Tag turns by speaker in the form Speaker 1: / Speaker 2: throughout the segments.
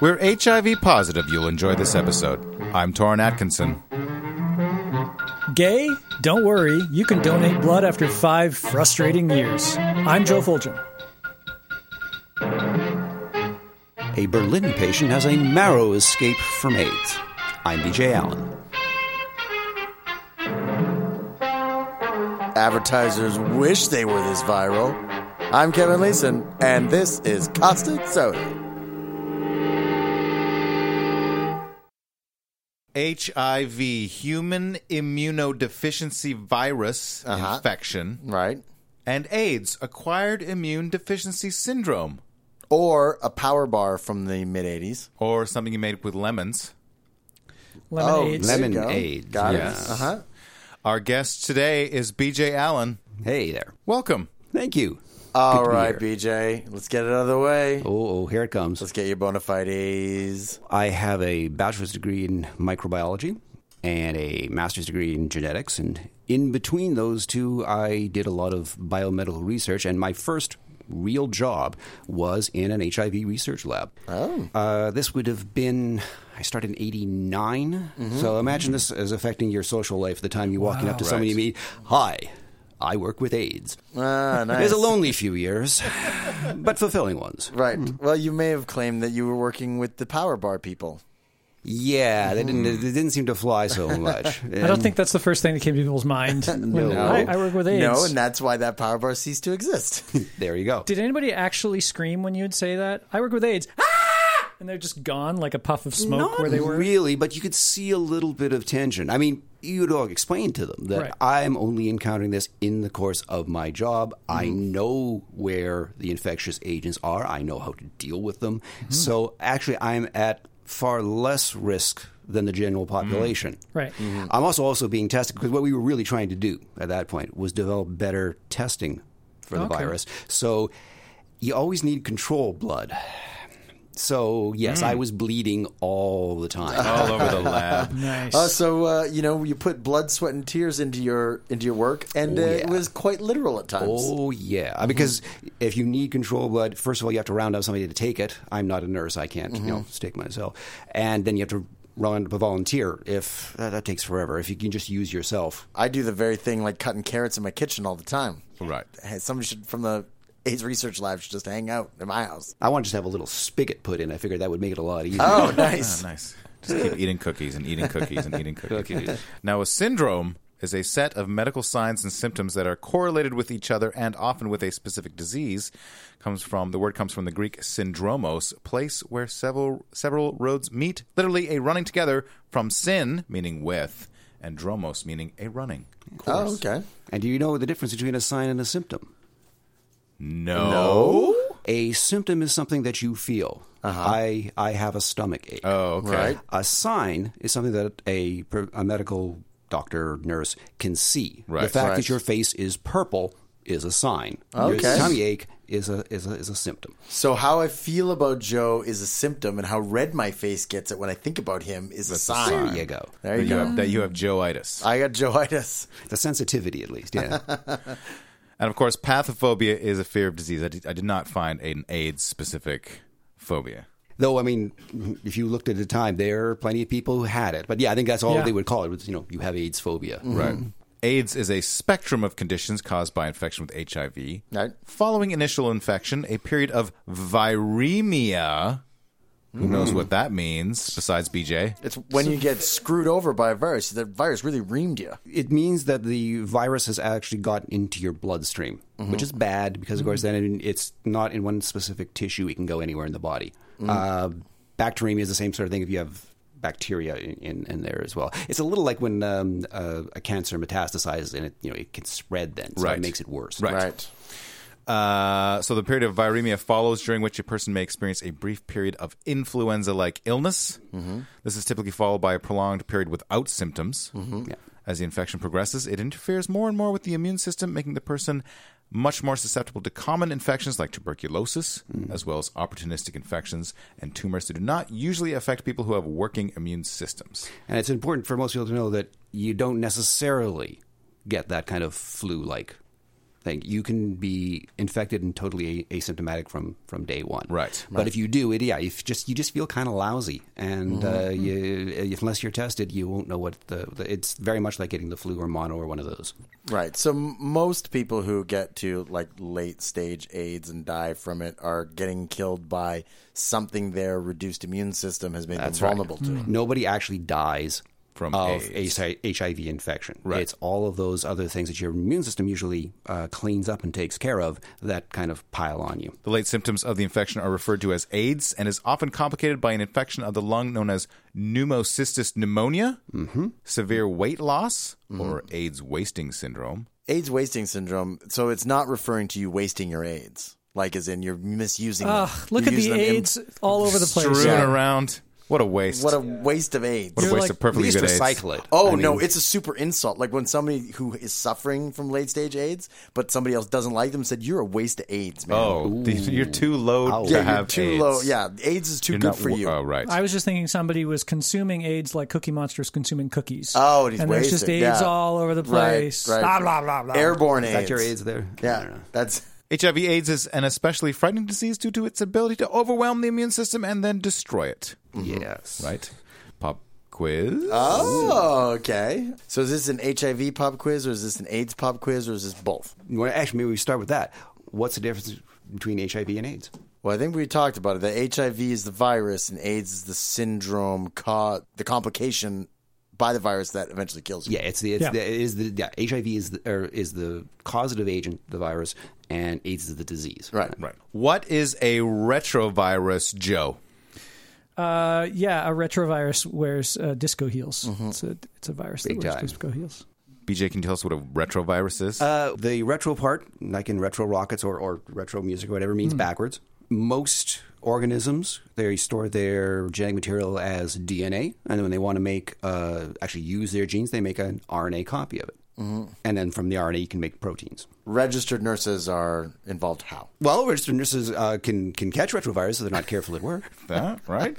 Speaker 1: We're HIV positive. You'll enjoy this episode. I'm Torrin Atkinson.
Speaker 2: Gay? Don't worry, you can donate blood after five frustrating years. I'm Joe Fulgen.
Speaker 3: Oh,
Speaker 4: A Berlin patient has a marrow escape from AIDS. I'm BJ Allen.
Speaker 3: Advertisers wish they were this viral. I'm Kevin Leeson, and this is Caustic Soda.
Speaker 1: HIV, human immunodeficiency virus
Speaker 3: Uh-huh.
Speaker 1: infection,
Speaker 3: Right?
Speaker 1: and AIDS, acquired immune deficiency syndrome,
Speaker 3: Or a power bar from the mid 80s.
Speaker 1: or something you made with lemons.
Speaker 2: Lemonades.
Speaker 3: there you
Speaker 4: lemon
Speaker 3: go.
Speaker 4: aids,
Speaker 3: Got
Speaker 4: yes.
Speaker 3: it. Uh huh.
Speaker 1: Our guest today is BJ Allen.
Speaker 4: Hey there.
Speaker 1: Welcome.
Speaker 4: Thank you. Good
Speaker 3: All
Speaker 4: to be
Speaker 3: right,
Speaker 4: here.
Speaker 3: BJ. Let's get it out of the way.
Speaker 4: Oh, oh, here it comes.
Speaker 3: Let's get your bona fides.
Speaker 4: I have a bachelor's degree in microbiology and a master's degree in genetics. And in between those two, I did a lot of biomedical research. And my first real job was in an HIV research lab. Oh. Uh, this would have been, I started in 89. So imagine this as affecting your social life the time you're walking up to somebody you meet. Hi, I work with AIDS.
Speaker 3: Ah, nice.
Speaker 4: It was a lonely few years, but fulfilling ones.
Speaker 3: Right. Well, you may have claimed that you were working with the power bar people.
Speaker 4: Yeah, they didn't. They didn't seem to fly so much.
Speaker 2: I don't think that's the first thing that came to people's mind. When
Speaker 4: No.
Speaker 2: I, I work with AIDS.
Speaker 3: No, and that's why that power bar ceased to exist.
Speaker 4: There you go.
Speaker 2: Did anybody actually scream when you'd say that? I work with AIDS. Ah! And they're just gone like a puff of smoke
Speaker 4: Not
Speaker 2: where they were.
Speaker 4: really, but you could see a little bit of tension. I mean, you'd all explain to them that
Speaker 2: Right.
Speaker 4: I'm only encountering this in the course of my job. I
Speaker 2: Mm-hmm.
Speaker 4: know where the infectious agents are. I know how to deal with them.
Speaker 2: Mm-hmm.
Speaker 4: So actually, I'm at far less risk than the general
Speaker 2: Mm-hmm.
Speaker 4: population.
Speaker 2: Right.
Speaker 4: I'm also also being tested because what we were really trying to do at that point was develop better testing for the
Speaker 2: Okay.
Speaker 4: virus. So you always need control blood. So yes, I was bleeding all the time.
Speaker 1: All over the lab.
Speaker 2: Nice.
Speaker 3: Uh, so uh, you know, you put blood, sweat, and tears into your into your work, and uh, it
Speaker 4: Oh, yeah.
Speaker 3: was quite literal at times.
Speaker 4: Oh yeah, because if you need control blood, first of all you have to round up somebody to take it. I'm not a nurse; I can't, you know, stick myself. And then you have to round up a volunteer. If that, that takes forever, if you can just use yourself,
Speaker 3: I do the very thing like cutting carrots in my kitchen all the time.
Speaker 1: Right.
Speaker 3: Hey, Somebody should from the AIDS research lab should just hang out in my house.
Speaker 4: I want to just have a little spigot put in. I figured that would make it a lot easier.
Speaker 3: Oh, nice.
Speaker 1: Nice. Just keep eating cookies and eating cookies and eating cookies. Now, a syndrome is a set of medical signs and symptoms that are correlated with each other and often with a specific disease. Comes from the word comes from the Greek syndromos, place where several several roads meet, literally a running together from sin meaning with and dromos meaning a running.
Speaker 3: oh, okay.
Speaker 4: And do you know the difference between a sign and a symptom?
Speaker 1: No.
Speaker 4: A symptom is something that you feel. I I have a stomach ache.
Speaker 1: Oh, okay.
Speaker 3: Right.
Speaker 4: A sign is something that a, per- a medical doctor nurse can see. The
Speaker 1: Right.
Speaker 4: fact
Speaker 3: Right.
Speaker 4: that your face is purple is a sign.
Speaker 3: Okay.
Speaker 4: Your tummy ache is a is a, is a symptom.
Speaker 3: So how I feel about Joe is a symptom, and how red my face gets it when I think about him is a sign.
Speaker 4: There you go.
Speaker 3: There
Speaker 1: That
Speaker 3: you
Speaker 1: you,
Speaker 3: go.
Speaker 1: have, that you have Joeitis.
Speaker 3: I got Joeitis.
Speaker 4: The sensitivity, at least. Yeah.
Speaker 1: And of course, pathophobia is a fear of disease. I did, I did not find an AIDS specific phobia.
Speaker 4: Though I mean, if you looked at the time, there are plenty of people who had it. But yeah, I think that's all
Speaker 2: Yeah.
Speaker 4: they would call it. Was, you know, you have AIDS phobia.
Speaker 1: Right. AIDS is a spectrum of conditions caused by infection with HIV.
Speaker 3: Right.
Speaker 1: Following initial infection, a period of viremia. Who knows what that means besides BJ?
Speaker 3: It's when you get screwed over by a virus. The virus really reamed you.
Speaker 4: it means that the virus has actually gotten into your bloodstream, which is bad because, of course,
Speaker 1: Mm-hmm.
Speaker 4: then it's not in one specific tissue. It can go anywhere in the body.
Speaker 1: Mm.
Speaker 4: Uh, bacteremia is the same sort of thing if you have bacteria in, in, in there as well. It's a little like when um, uh, a cancer metastasizes and it, you know, it can spread then, so
Speaker 1: Right.
Speaker 4: it makes it worse.
Speaker 1: Right.
Speaker 3: Right.
Speaker 1: Uh, so the period of viremia follows, during which a person may experience a brief period of influenza-like illness. This is typically followed by a prolonged period without symptoms. As the infection progresses, it interferes more and more with the immune system, making the person much more susceptible to common infections like tuberculosis, as well as opportunistic infections and tumors that do not usually affect people who have working immune systems.
Speaker 4: And it's important for most people to know that you don't necessarily get that kind of flu like thing. You can be infected and totally a- asymptomatic from from day one.
Speaker 1: Right.
Speaker 4: But if you do, it yeah, if just you just feel kind of lousy, and uh,
Speaker 1: Mm-hmm.
Speaker 4: you, unless you're tested, you won't know what the, the. It's very much like getting the flu or mono or one of those.
Speaker 3: Right. So m- most people who get to like late stage AIDS and die from it are getting killed by something their reduced immune system has made them vulnerable
Speaker 1: Mm-hmm.
Speaker 3: to.
Speaker 4: Nobody actually dies
Speaker 1: Mm. From
Speaker 4: of
Speaker 1: AIDS.
Speaker 4: HI- HIV infection. Right. It's all of those other things that your immune system usually uh, cleans up and takes care of that kind of pile on you.
Speaker 1: The late symptoms of the infection are referred to as AIDS and is often complicated by an infection of the lung known as pneumocystis pneumonia,
Speaker 3: Mm-hmm.
Speaker 1: severe weight loss, or AIDS wasting syndrome.
Speaker 3: AIDS wasting syndrome. So it's not referring to you wasting your AIDS, like as in you're misusing. them.
Speaker 2: Ugh, look
Speaker 3: You're
Speaker 2: at the
Speaker 3: using them in-
Speaker 2: AIDS all over the place.
Speaker 1: Strewn
Speaker 3: Yeah.
Speaker 1: around. What a waste.
Speaker 3: what a waste of AIDS.
Speaker 1: What a
Speaker 2: You're
Speaker 1: waste
Speaker 2: like,
Speaker 1: of perfectly
Speaker 4: At
Speaker 1: good
Speaker 4: least
Speaker 1: AIDS.
Speaker 4: recycle it.
Speaker 3: Oh
Speaker 4: I mean,
Speaker 3: no, it's a super insult. Like when somebody who is suffering from late stage AIDS, but somebody else doesn't like them, said you're a waste of AIDS, man.
Speaker 1: Oh, the- you're too low to
Speaker 3: yeah, you're
Speaker 1: have
Speaker 3: too
Speaker 1: AIDS.
Speaker 3: low. Yeah, AIDS is too
Speaker 1: You're
Speaker 3: good
Speaker 1: not
Speaker 3: for
Speaker 1: wo-
Speaker 3: you.
Speaker 1: Oh, right.
Speaker 2: I was just thinking somebody was consuming AIDS like Cookie Monster's consuming cookies.
Speaker 3: Oh, he's
Speaker 2: and
Speaker 3: wasted.
Speaker 2: there's just AIDS
Speaker 3: yeah.
Speaker 2: all over the
Speaker 3: Right,
Speaker 2: place.
Speaker 3: right.
Speaker 2: Blah blah blah blah.
Speaker 3: Airborne
Speaker 4: Is that
Speaker 3: AIDS.
Speaker 4: your AIDS there? I don't
Speaker 3: Yeah,
Speaker 4: know.
Speaker 3: that's
Speaker 1: HIV AIDS is an especially frightening disease due to its ability to overwhelm the immune system and then destroy it.
Speaker 4: Yes.
Speaker 1: Right? Pop quiz.
Speaker 3: oh okay. So is this an HIV pop quiz, or is this an AIDS pop quiz, or is this both?
Speaker 4: Well, actually, maybe we start with that. What's the difference between HIV and AIDS?
Speaker 3: Well, I think we talked about it. That HIV is the virus, and AIDS is the syndrome, ca- the complication by the virus that eventually kills you.
Speaker 4: Yeah, it's the it's
Speaker 2: Yeah.
Speaker 4: the, it is the yeah, HIV is the or is the causative agent, the virus, and AIDS is the disease.
Speaker 3: Right.
Speaker 1: Right. What is a retrovirus, Joe?
Speaker 2: Uh, yeah, a retrovirus wears uh, disco heels. It's a it's a virus
Speaker 4: Mm-hmm. Big
Speaker 2: that wears
Speaker 4: time.
Speaker 2: disco heels.
Speaker 1: BJ, can you tell us what a retrovirus is?
Speaker 4: Uh, the retro part, like in retro rockets or, or retro music or whatever, means backwards. Most organisms they store their genetic material as DNA, and then when they want to make uh, actually use their genes, they make an RNA copy of it, mm-hmm. and then from the RNA you can make proteins.
Speaker 3: Registered nurses are involved. How?
Speaker 4: Well, registered nurses uh, can can catch retrovirus if they're not careful at work.
Speaker 1: That, right?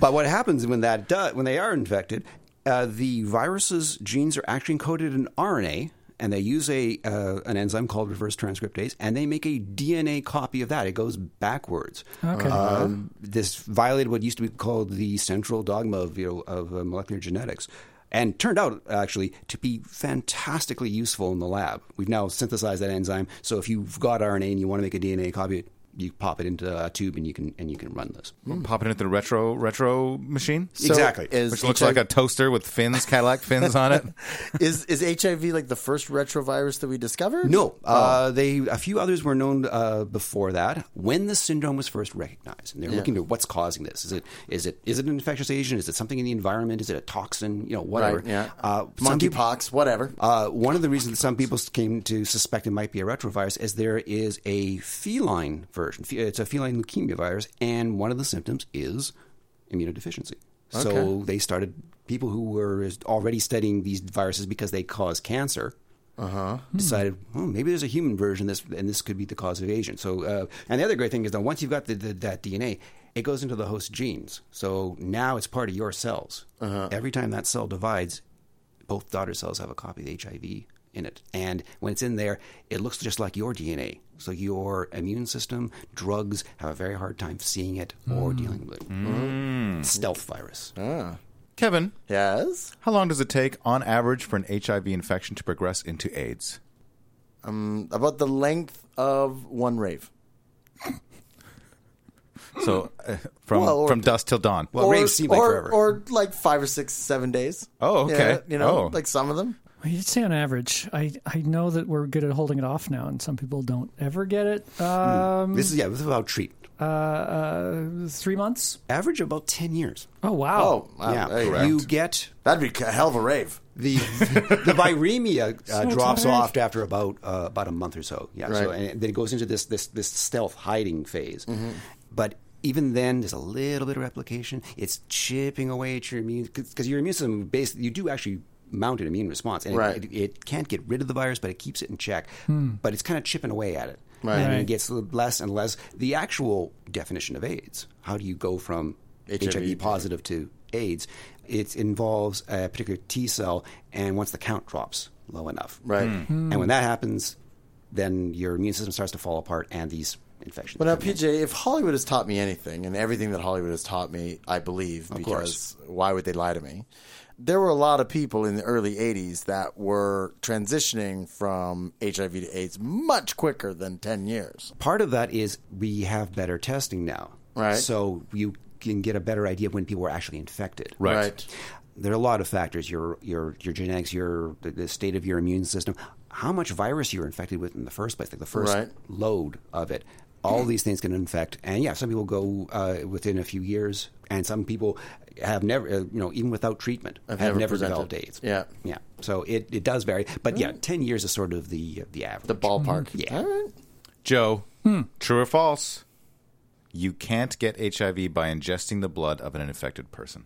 Speaker 4: But what happens when that do, when they are infected? Uh, the virus's genes are actually encoded in RNA, and they use a uh, an enzyme called reverse transcriptase, and they make a DNA copy of that. It goes backwards.
Speaker 2: Okay.
Speaker 4: Um, this violated what used to be called the central dogma of you know, of uh, molecular genetics. And turned out actually to be fantastically useful in the lab. We've now synthesized that enzyme, so if you've got RNA and you want to make a DNA copy, you pop it into a tube and you can and you can run this.
Speaker 1: Popping into the retro retro machine,
Speaker 3: Hmm. So
Speaker 4: Exactly.
Speaker 3: Is
Speaker 1: which looks
Speaker 3: HIV
Speaker 1: like a toaster with fins, Cadillac fins on it.
Speaker 3: is is HIV like the first retrovirus that we discovered?
Speaker 4: No,
Speaker 3: Oh.
Speaker 4: uh, they a few others were known uh, before that. When the syndrome was first recognized, and they're looking at what's causing this. Is it is it is it an infectious agent? Is it something in the environment? Is it a toxin? You know, whatever.
Speaker 3: right? Yeah,
Speaker 4: Uh, some people-
Speaker 3: monkeypox, whatever.
Speaker 4: uh, one of the reasons some people came to suspect it might be a retrovirus is there is a feline version. Fe- It's a feline leukemia virus, and one of the symptoms is immunodeficiency. So they started people who were already studying these viruses because they cause cancer. Decided, well, maybe there's a human version of this, and this could be the causative agent. So, uh, and the other great thing is that once you've got the, the, that DNA, it goes into the host genes. So now it's part of your cells. Every time that cell divides, both daughter cells have a copy of HIV in it. And when it's in there, it looks just like your DNA. So your immune system, drugs have a very hard time seeing it or dealing with it. Stealth virus.
Speaker 1: Kevin,
Speaker 3: yes.
Speaker 1: how long does it take on average for an HIV infection to progress into AIDS?
Speaker 3: About the length of one rave.
Speaker 1: So uh, from
Speaker 3: Hmm. Well, or-
Speaker 1: from dusk till dawn.
Speaker 4: Well, raves seem like
Speaker 3: or,
Speaker 4: forever.
Speaker 3: or like five or six, seven days.
Speaker 1: Oh, okay.
Speaker 3: Yeah, you know,
Speaker 1: Oh.
Speaker 3: like some of them.
Speaker 2: Well, you did say on average. I I know that we're good at holding it off now, and some people don't ever get
Speaker 4: Hmm.
Speaker 2: it. Um,
Speaker 4: this is, yeah, this is about treatment.
Speaker 2: uh, uh, three months.
Speaker 4: Average about 10 years.
Speaker 2: Oh wow.
Speaker 3: Oh, wow.
Speaker 4: yeah.
Speaker 3: There you go.
Speaker 4: you get
Speaker 3: That'd be a hell of a rave.
Speaker 4: the the viremia uh,
Speaker 2: So
Speaker 4: drops
Speaker 2: tired.
Speaker 4: off after about uh, about a month or so. Yeah, so
Speaker 3: Right. Mm-hmm.
Speaker 4: and then it goes into this this this stealth hiding phase. But even then, there's a little bit of replication. It's chipping away at your immune because your immune system basically you do actually mount an immune response, and it-
Speaker 3: Right. Hmm.
Speaker 4: it, it can't get rid of the virus, but it keeps it in check. But it's kind of chipping away at it.
Speaker 3: Right.
Speaker 4: And
Speaker 2: Right.
Speaker 4: it gets less and less. The actual definition of AIDS. How do you go from
Speaker 3: HIV
Speaker 4: HIV positive to AIDS, it involves a particular T cell, and once the count drops low enough,
Speaker 3: Right. Hmm.
Speaker 4: and when that happens, then your immune system starts to fall apart and these infections.
Speaker 3: But now,
Speaker 4: come in.
Speaker 3: PJ, if Hollywood has taught me anything, and everything that Hollywood has taught me, I believe, because why would they lie to me? There were a lot of people in the early 80s that were transitioning from HIV to AIDS much quicker than 10 years.
Speaker 4: part of that is we have better testing now.
Speaker 3: Right.
Speaker 4: So you can get a better idea of when people are actually infected.
Speaker 1: Right.
Speaker 4: There are a lot of factors: your your your genetics, your the, the state of your immune system, how much virus you were infected with in the first place, like the first
Speaker 3: Right.
Speaker 4: load of it. All these things can infect, and yeah, some people go uh, within a few years, and some people have never, uh, you know, even without treatment, have,
Speaker 3: never
Speaker 4: never,
Speaker 3: presented.
Speaker 4: developed AIDS.
Speaker 3: Yeah. Mm.
Speaker 4: yeah. So it, it does vary, but yeah, ten years is sort of the uh, the average.
Speaker 3: The ballpark.
Speaker 4: Yeah.
Speaker 3: All right.
Speaker 1: Joe,
Speaker 3: hmm.
Speaker 1: true or false? You can't get HIV by ingesting the blood of an infected person.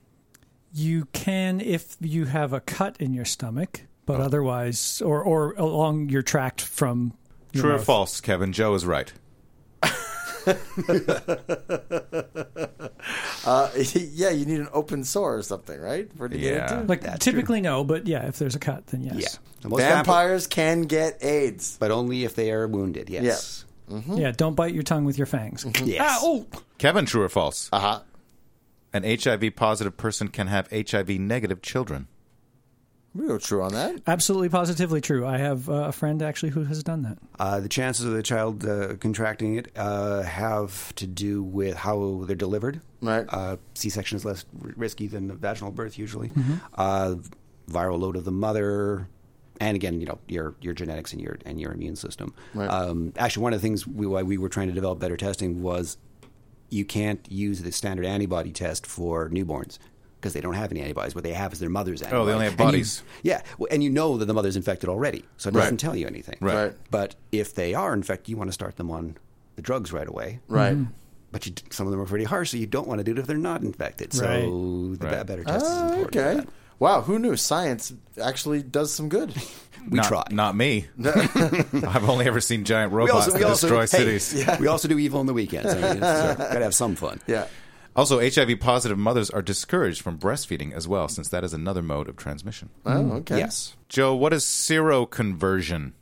Speaker 2: You can if you have a cut in your stomach,
Speaker 4: Oh.
Speaker 2: but otherwise, or or along your tract from. Your
Speaker 1: True or
Speaker 2: mouth.
Speaker 1: false, Kevin? Joe is right.
Speaker 3: Uh, yeah, you need an open sore or something, right? For it to get
Speaker 1: Yeah.
Speaker 3: into?
Speaker 2: Like
Speaker 4: That's
Speaker 2: typically no, but yeah, if there's a cut, then yes.
Speaker 4: Yeah. The most vampire-
Speaker 3: Vampires can get AIDS.
Speaker 4: but only if they are wounded. Yes.
Speaker 2: Yeah, don't bite your tongue with your fangs.
Speaker 4: Yes.
Speaker 2: Ah, oh,
Speaker 1: Kevin, true or false?
Speaker 3: Uh huh.
Speaker 1: An HIV positive person can have HIV negative children.
Speaker 3: We go true on that.
Speaker 2: absolutely, positively true. I have uh, a friend actually who has done that.
Speaker 4: Uh, the chances of the child uh, contracting it uh, have to do with how they're delivered.
Speaker 3: Right.
Speaker 4: Uh, C-section is less r- risky than vaginal birth usually.
Speaker 1: Mm-hmm.
Speaker 4: Uh, viral load of the mother, and again, you know, your your genetics and your and your immune system.
Speaker 3: Right.
Speaker 4: Um, actually, one of the things we, why we were trying to develop better testing was you can't use the standard antibody test for newborns because they don't have any antibodies. What they have is their mother's antibodies.
Speaker 1: Oh, only have
Speaker 4: And you-
Speaker 1: bodies.
Speaker 4: yeah, well, and you know that the mother's infected already, so it doesn't tell you anything.
Speaker 1: Right.
Speaker 3: Right.
Speaker 4: But if they are infected, you want to start them on the drugs right away.
Speaker 3: Right.
Speaker 2: Mm-hmm.
Speaker 4: But you, some of them are pretty harsh, so you don't want to do it if they're not infected. So
Speaker 2: Right.
Speaker 4: the ba-
Speaker 1: Right.
Speaker 4: better test is
Speaker 3: Oh,
Speaker 4: important. for
Speaker 3: okay.
Speaker 4: that.
Speaker 3: Wow, who knew science actually does some good?
Speaker 4: We
Speaker 1: not,
Speaker 4: try.
Speaker 1: Not me. I've only ever seen giant
Speaker 4: we
Speaker 1: robots
Speaker 4: also, we
Speaker 1: that
Speaker 4: also-
Speaker 1: destroy
Speaker 4: hey,
Speaker 1: cities.
Speaker 4: We also do evil on the weekends. I mean, it's, uh, gotta have some fun.
Speaker 3: Yeah.
Speaker 1: Also, HIV positive mothers are discouraged from breastfeeding as well, since that is another mode of transmission.
Speaker 2: Mm,
Speaker 3: Oh, okay.
Speaker 4: Yes.
Speaker 1: Joe, what is seroconversion?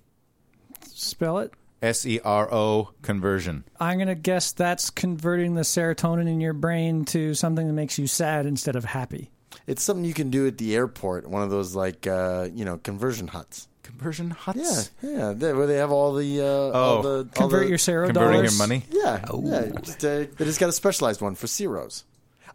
Speaker 2: Spell it.
Speaker 1: S E R O conversion.
Speaker 2: I'm gonna guess that's converting the serotonin in your brain to something that makes you sad instead of happy.
Speaker 3: It's something you can do at the airport, one of those like uh, you know conversion huts.
Speaker 1: Conversion
Speaker 3: Yeah,
Speaker 1: huts.
Speaker 3: yeah, they, where they have all the uh, all the all
Speaker 2: Convert
Speaker 3: the-
Speaker 2: your Oh. sero
Speaker 1: Converting your
Speaker 2: dollars.
Speaker 1: money.
Speaker 3: Yeah, yeah. Just, uh, they just got a specialized one for ceros.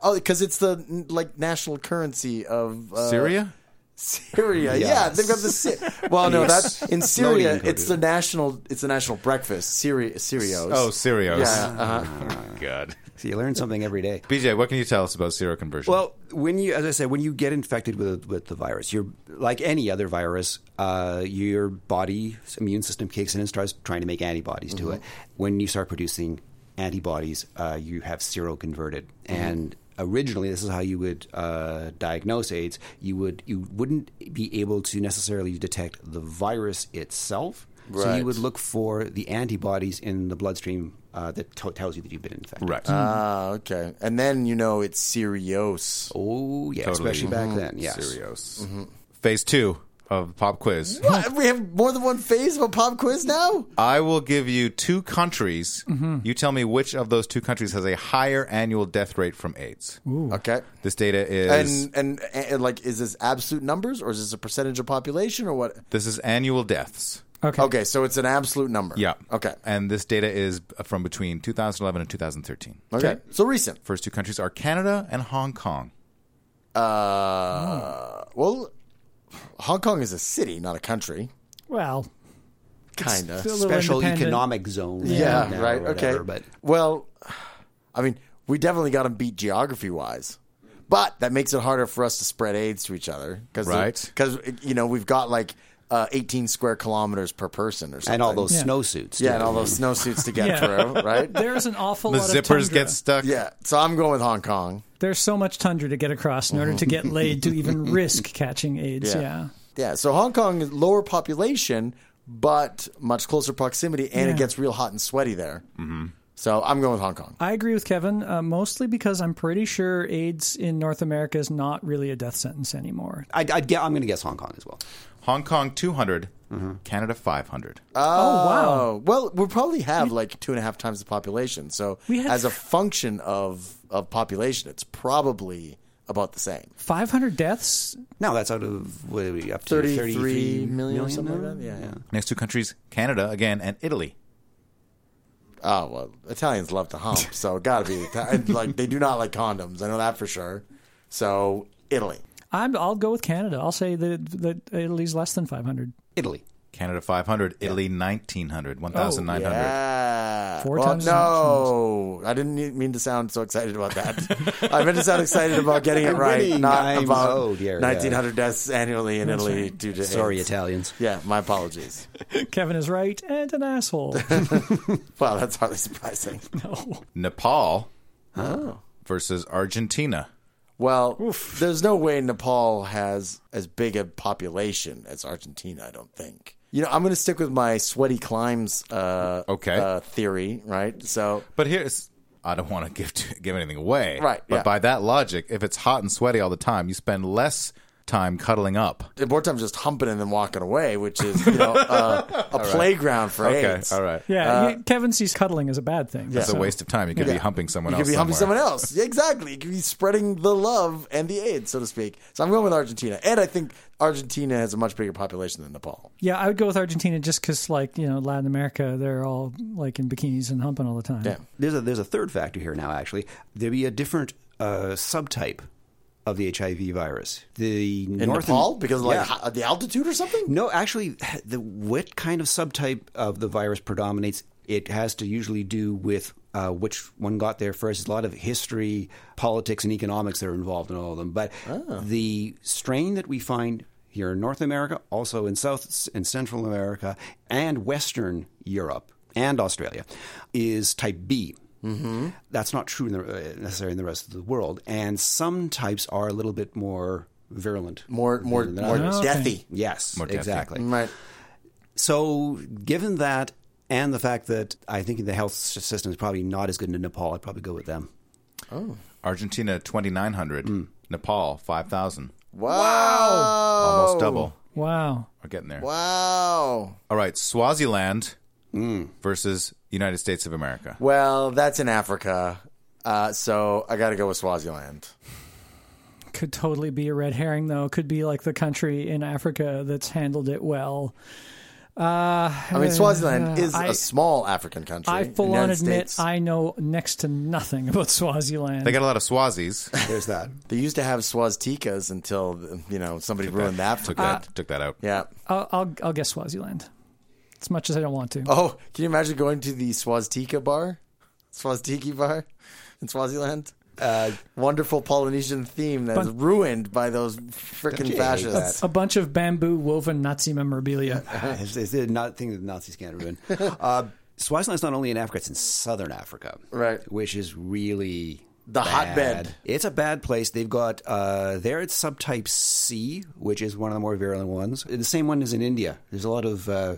Speaker 3: Oh, because it's the n- like national currency of uh,
Speaker 1: Syria?
Speaker 3: Syria, yeah,
Speaker 4: Yes.
Speaker 3: they've got the. Sy- well, no,
Speaker 4: Yes.
Speaker 3: that's in
Speaker 4: Not
Speaker 3: Syria.
Speaker 4: even
Speaker 3: It's the national. It's the national breakfast. Syria,
Speaker 4: Uh,
Speaker 3: Syrios.
Speaker 1: Oh, Syrios. Oh
Speaker 3: Yeah, uh-huh.
Speaker 1: God.
Speaker 4: So you learn something every day.
Speaker 1: BJ, what can you tell us about seroconversion?
Speaker 4: Well, when you, as I said, when you get infected with with the virus, you're like any other virus. Uh, your body's immune system kicks in and starts trying to make antibodies to it.
Speaker 1: Mm-hmm.
Speaker 4: When you start producing antibodies, uh, you have seroconverted.
Speaker 1: Mm-hmm.
Speaker 4: And originally, this is how you would uh, diagnose AIDS. You would you wouldn't be able to necessarily detect the virus itself. So
Speaker 3: Right.
Speaker 4: you would look for the antibodies in the bloodstream uh, that t- tells you that you've been infected.
Speaker 1: right.
Speaker 3: Ah, okay. And then you know it's Syrios.
Speaker 4: Oh yeah,
Speaker 1: Totally.
Speaker 4: especially back then. Yes.
Speaker 1: Mm-hmm.
Speaker 4: Mm-hmm.
Speaker 1: Syrios. Phase two of Pop Quiz.
Speaker 3: What? We have more than one phase of a pop quiz now.
Speaker 1: I will give you two countries.
Speaker 2: Mm-hmm.
Speaker 1: You tell me which of those two countries has a higher annual death rate from AIDS.
Speaker 3: Okay.
Speaker 1: This data is
Speaker 3: And, and and like, is this absolute numbers or is this a percentage of population or what?
Speaker 1: this is annual deaths.
Speaker 2: Okay.
Speaker 3: Okay, so it's an absolute number.
Speaker 1: Yeah.
Speaker 3: Okay.
Speaker 1: And this data is from between 2011 and 2013.
Speaker 3: Okay. So recent.
Speaker 1: First two countries are Canada and Hong Kong.
Speaker 3: Uh, well, Hong Kong is a city, not a country.
Speaker 2: Well,
Speaker 3: Kinda.
Speaker 2: still a little
Speaker 4: special
Speaker 2: independent.
Speaker 4: economic zone.
Speaker 3: Yeah.
Speaker 4: now or
Speaker 3: right.
Speaker 4: whatever,
Speaker 3: okay.
Speaker 4: But
Speaker 3: Well, I mean, we definitely got them beat geography wise. But that makes it harder for us to spread AIDS to each other, cause
Speaker 1: Right.
Speaker 3: Because you know we've got like uh, 18 square kilometers per person or something,
Speaker 4: and all those
Speaker 2: Yeah.
Speaker 4: snowsuits.
Speaker 3: yeah,
Speaker 4: too.
Speaker 3: and all those snowsuits to get
Speaker 2: Yeah.
Speaker 3: through, right?
Speaker 2: There's an awful
Speaker 1: The
Speaker 2: lot of
Speaker 1: zippers
Speaker 2: tundra.
Speaker 1: get stuck.
Speaker 3: Yeah, so I'm going with Hong Kong.
Speaker 2: There's so much tundra to get across in order to get laid to even risk catching AIDS.
Speaker 3: Yeah.
Speaker 2: Yeah.
Speaker 3: Yeah, so Hong Kong is lower population, but much closer proximity, and it
Speaker 2: Yeah.
Speaker 4: Mm-hmm.
Speaker 3: gets real hot and sweaty there. So I'm going with Hong Kong.
Speaker 2: I agree with Kevin, uh, mostly because I'm pretty sure AIDS in North America is not really a death sentence anymore.
Speaker 4: I'd, I'd, gue- I'm going to guess Hong Kong as well.
Speaker 1: Hong Kong 200,
Speaker 3: Mm-hmm.
Speaker 1: Canada 500.
Speaker 3: Uh.
Speaker 2: oh wow!
Speaker 3: Oh, well, we probably have like two and a half times the population. So
Speaker 2: We had-
Speaker 3: as a function of of population, it's probably about the same.
Speaker 2: Five hundred deaths.
Speaker 4: No, that's out of what are we up to?
Speaker 3: 33
Speaker 4: 33
Speaker 3: million or something
Speaker 4: now?
Speaker 3: like that? Yeah, yeah.
Speaker 1: Next two countries, Canada again and Italy.
Speaker 3: Oh well, Italians love to hump, so it gotta be Ita- like they do not like condoms. I know that for sure. So Italy.
Speaker 2: I'm, I'll go with Canada. I'll say that, that Italy's less than five hundred.
Speaker 4: Italy.
Speaker 1: Canada 500, Italy
Speaker 2: Oh,
Speaker 1: 1900, 1900.
Speaker 3: Yeah.
Speaker 2: Four
Speaker 3: well,
Speaker 2: times as
Speaker 3: no, I didn't need- mean to sound so excited about that. I meant to sound excited about getting it right,
Speaker 4: Winning.
Speaker 3: not
Speaker 4: I'm-
Speaker 3: about
Speaker 4: oh, dear, yeah.
Speaker 3: 1,900 deaths annually in Italy due to
Speaker 4: Sorry,
Speaker 3: AIDS.
Speaker 4: Italians.
Speaker 3: Yeah, my apologies.
Speaker 2: Kevin is right and an asshole.
Speaker 3: Well, that's hardly surprising.
Speaker 2: no.
Speaker 1: Nepal
Speaker 3: Oh.
Speaker 1: versus Argentina.
Speaker 3: Well, there's no way Nepal has as big a population as Argentina, I don't think. You know, I'm going to stick with my sweaty climbs uh,
Speaker 1: Okay.
Speaker 3: uh, theory, right? So,
Speaker 1: But here's I don't want to give give anything away.
Speaker 3: Right,
Speaker 1: But
Speaker 3: yeah.
Speaker 1: by that logic, if it's hot and sweaty all the time, you spend less time cuddling up.
Speaker 3: more time just humping and then walking away, which is, you know, uh, a playground for
Speaker 1: Okay.
Speaker 3: AIDS.
Speaker 1: All right.
Speaker 2: Yeah, you- Kevin sees cuddling as a bad thing.
Speaker 1: It's a waste of time. You could be humping someone
Speaker 3: You
Speaker 1: else.
Speaker 3: could be humping
Speaker 1: somewhere.
Speaker 3: someone else. Yeah, exactly. You could be spreading the love and the AIDS, so to speak. So I'm going with Argentina. And I think Argentina has a much bigger population than Nepal.
Speaker 2: Yeah, I would go with Argentina just because, like, you know, Latin America, they're all like in bikinis and humping all the time.
Speaker 3: Yeah.
Speaker 4: There's a there's a third factor here now. Actually, there'd be a different uh, subtype of the HIV virus. The
Speaker 3: In
Speaker 4: North
Speaker 3: Nepal? Because, like,
Speaker 4: Yeah.
Speaker 3: hi- the altitude or something?
Speaker 4: No, actually, the what kind of subtype of the virus predominates? It has to usually do with uh, which one got there first. There's a lot of history, politics, and economics that are involved in all of them. But
Speaker 3: Ah.
Speaker 4: the strain that we find here in North America, also in South and Central America, and Western Europe and Australia, is type B. Mm-hmm. That's not true in the, uh, necessarily in the rest of the world. And some types are a little bit more virulent.
Speaker 3: More, more,
Speaker 4: than
Speaker 3: more
Speaker 4: others.
Speaker 2: Okay.
Speaker 3: deathy.
Speaker 4: Yes,
Speaker 1: More death, yeah.
Speaker 4: exactly.
Speaker 3: Right.
Speaker 4: So, given that, and the fact that I think the health s- system is probably not as good in Nepal, I'd probably go with them.
Speaker 1: Argentina 2900,
Speaker 3: Hmm.
Speaker 1: Nepal 5000.
Speaker 3: Wow.
Speaker 1: Almost double.
Speaker 2: Wow.
Speaker 1: We're getting there.
Speaker 3: Wow.
Speaker 1: All right, Swaziland versus United States of America.
Speaker 3: Hmm. Well, that's in Africa. Uh, so I got to go with Swaziland.
Speaker 2: Could totally be a red herring, though. Could be like the country in Africa that's handled it well.
Speaker 3: I mean, Swaziland is a
Speaker 2: Uh, I-
Speaker 3: small African country.
Speaker 2: I
Speaker 3: in the
Speaker 2: full on
Speaker 3: United
Speaker 2: admit
Speaker 3: States.
Speaker 2: I know next to nothing about Swaziland.
Speaker 1: They got a lot of Swazis.
Speaker 4: There's that.
Speaker 3: They used to have swastikas until, you know, somebody ruined that.
Speaker 1: took that took that out.
Speaker 3: Yeah.
Speaker 2: I'll, I'll, I'll guess Swaziland. As much as I don't want to.
Speaker 3: Oh, can you imagine going to the swastika bar? Swastiki bar in Swaziland? Uh, Wonderful Polynesian theme that's
Speaker 2: Bun-
Speaker 3: ruined by those freaking
Speaker 4: hate
Speaker 3: fascists.
Speaker 2: A bunch of bamboo woven Nazi memorabilia.
Speaker 4: It's, it's the not thing that the Nazis can't ruin. Uh, Swaziland's not only in Africa; it's in southern Africa,
Speaker 3: Right.
Speaker 4: Which is really
Speaker 3: The
Speaker 4: bad.
Speaker 3: hotbed.
Speaker 4: It's a bad place. They've got uh, there. It's subtype C, which is one of the more virulent ones. The same one is in India. There's a lot of. Uh,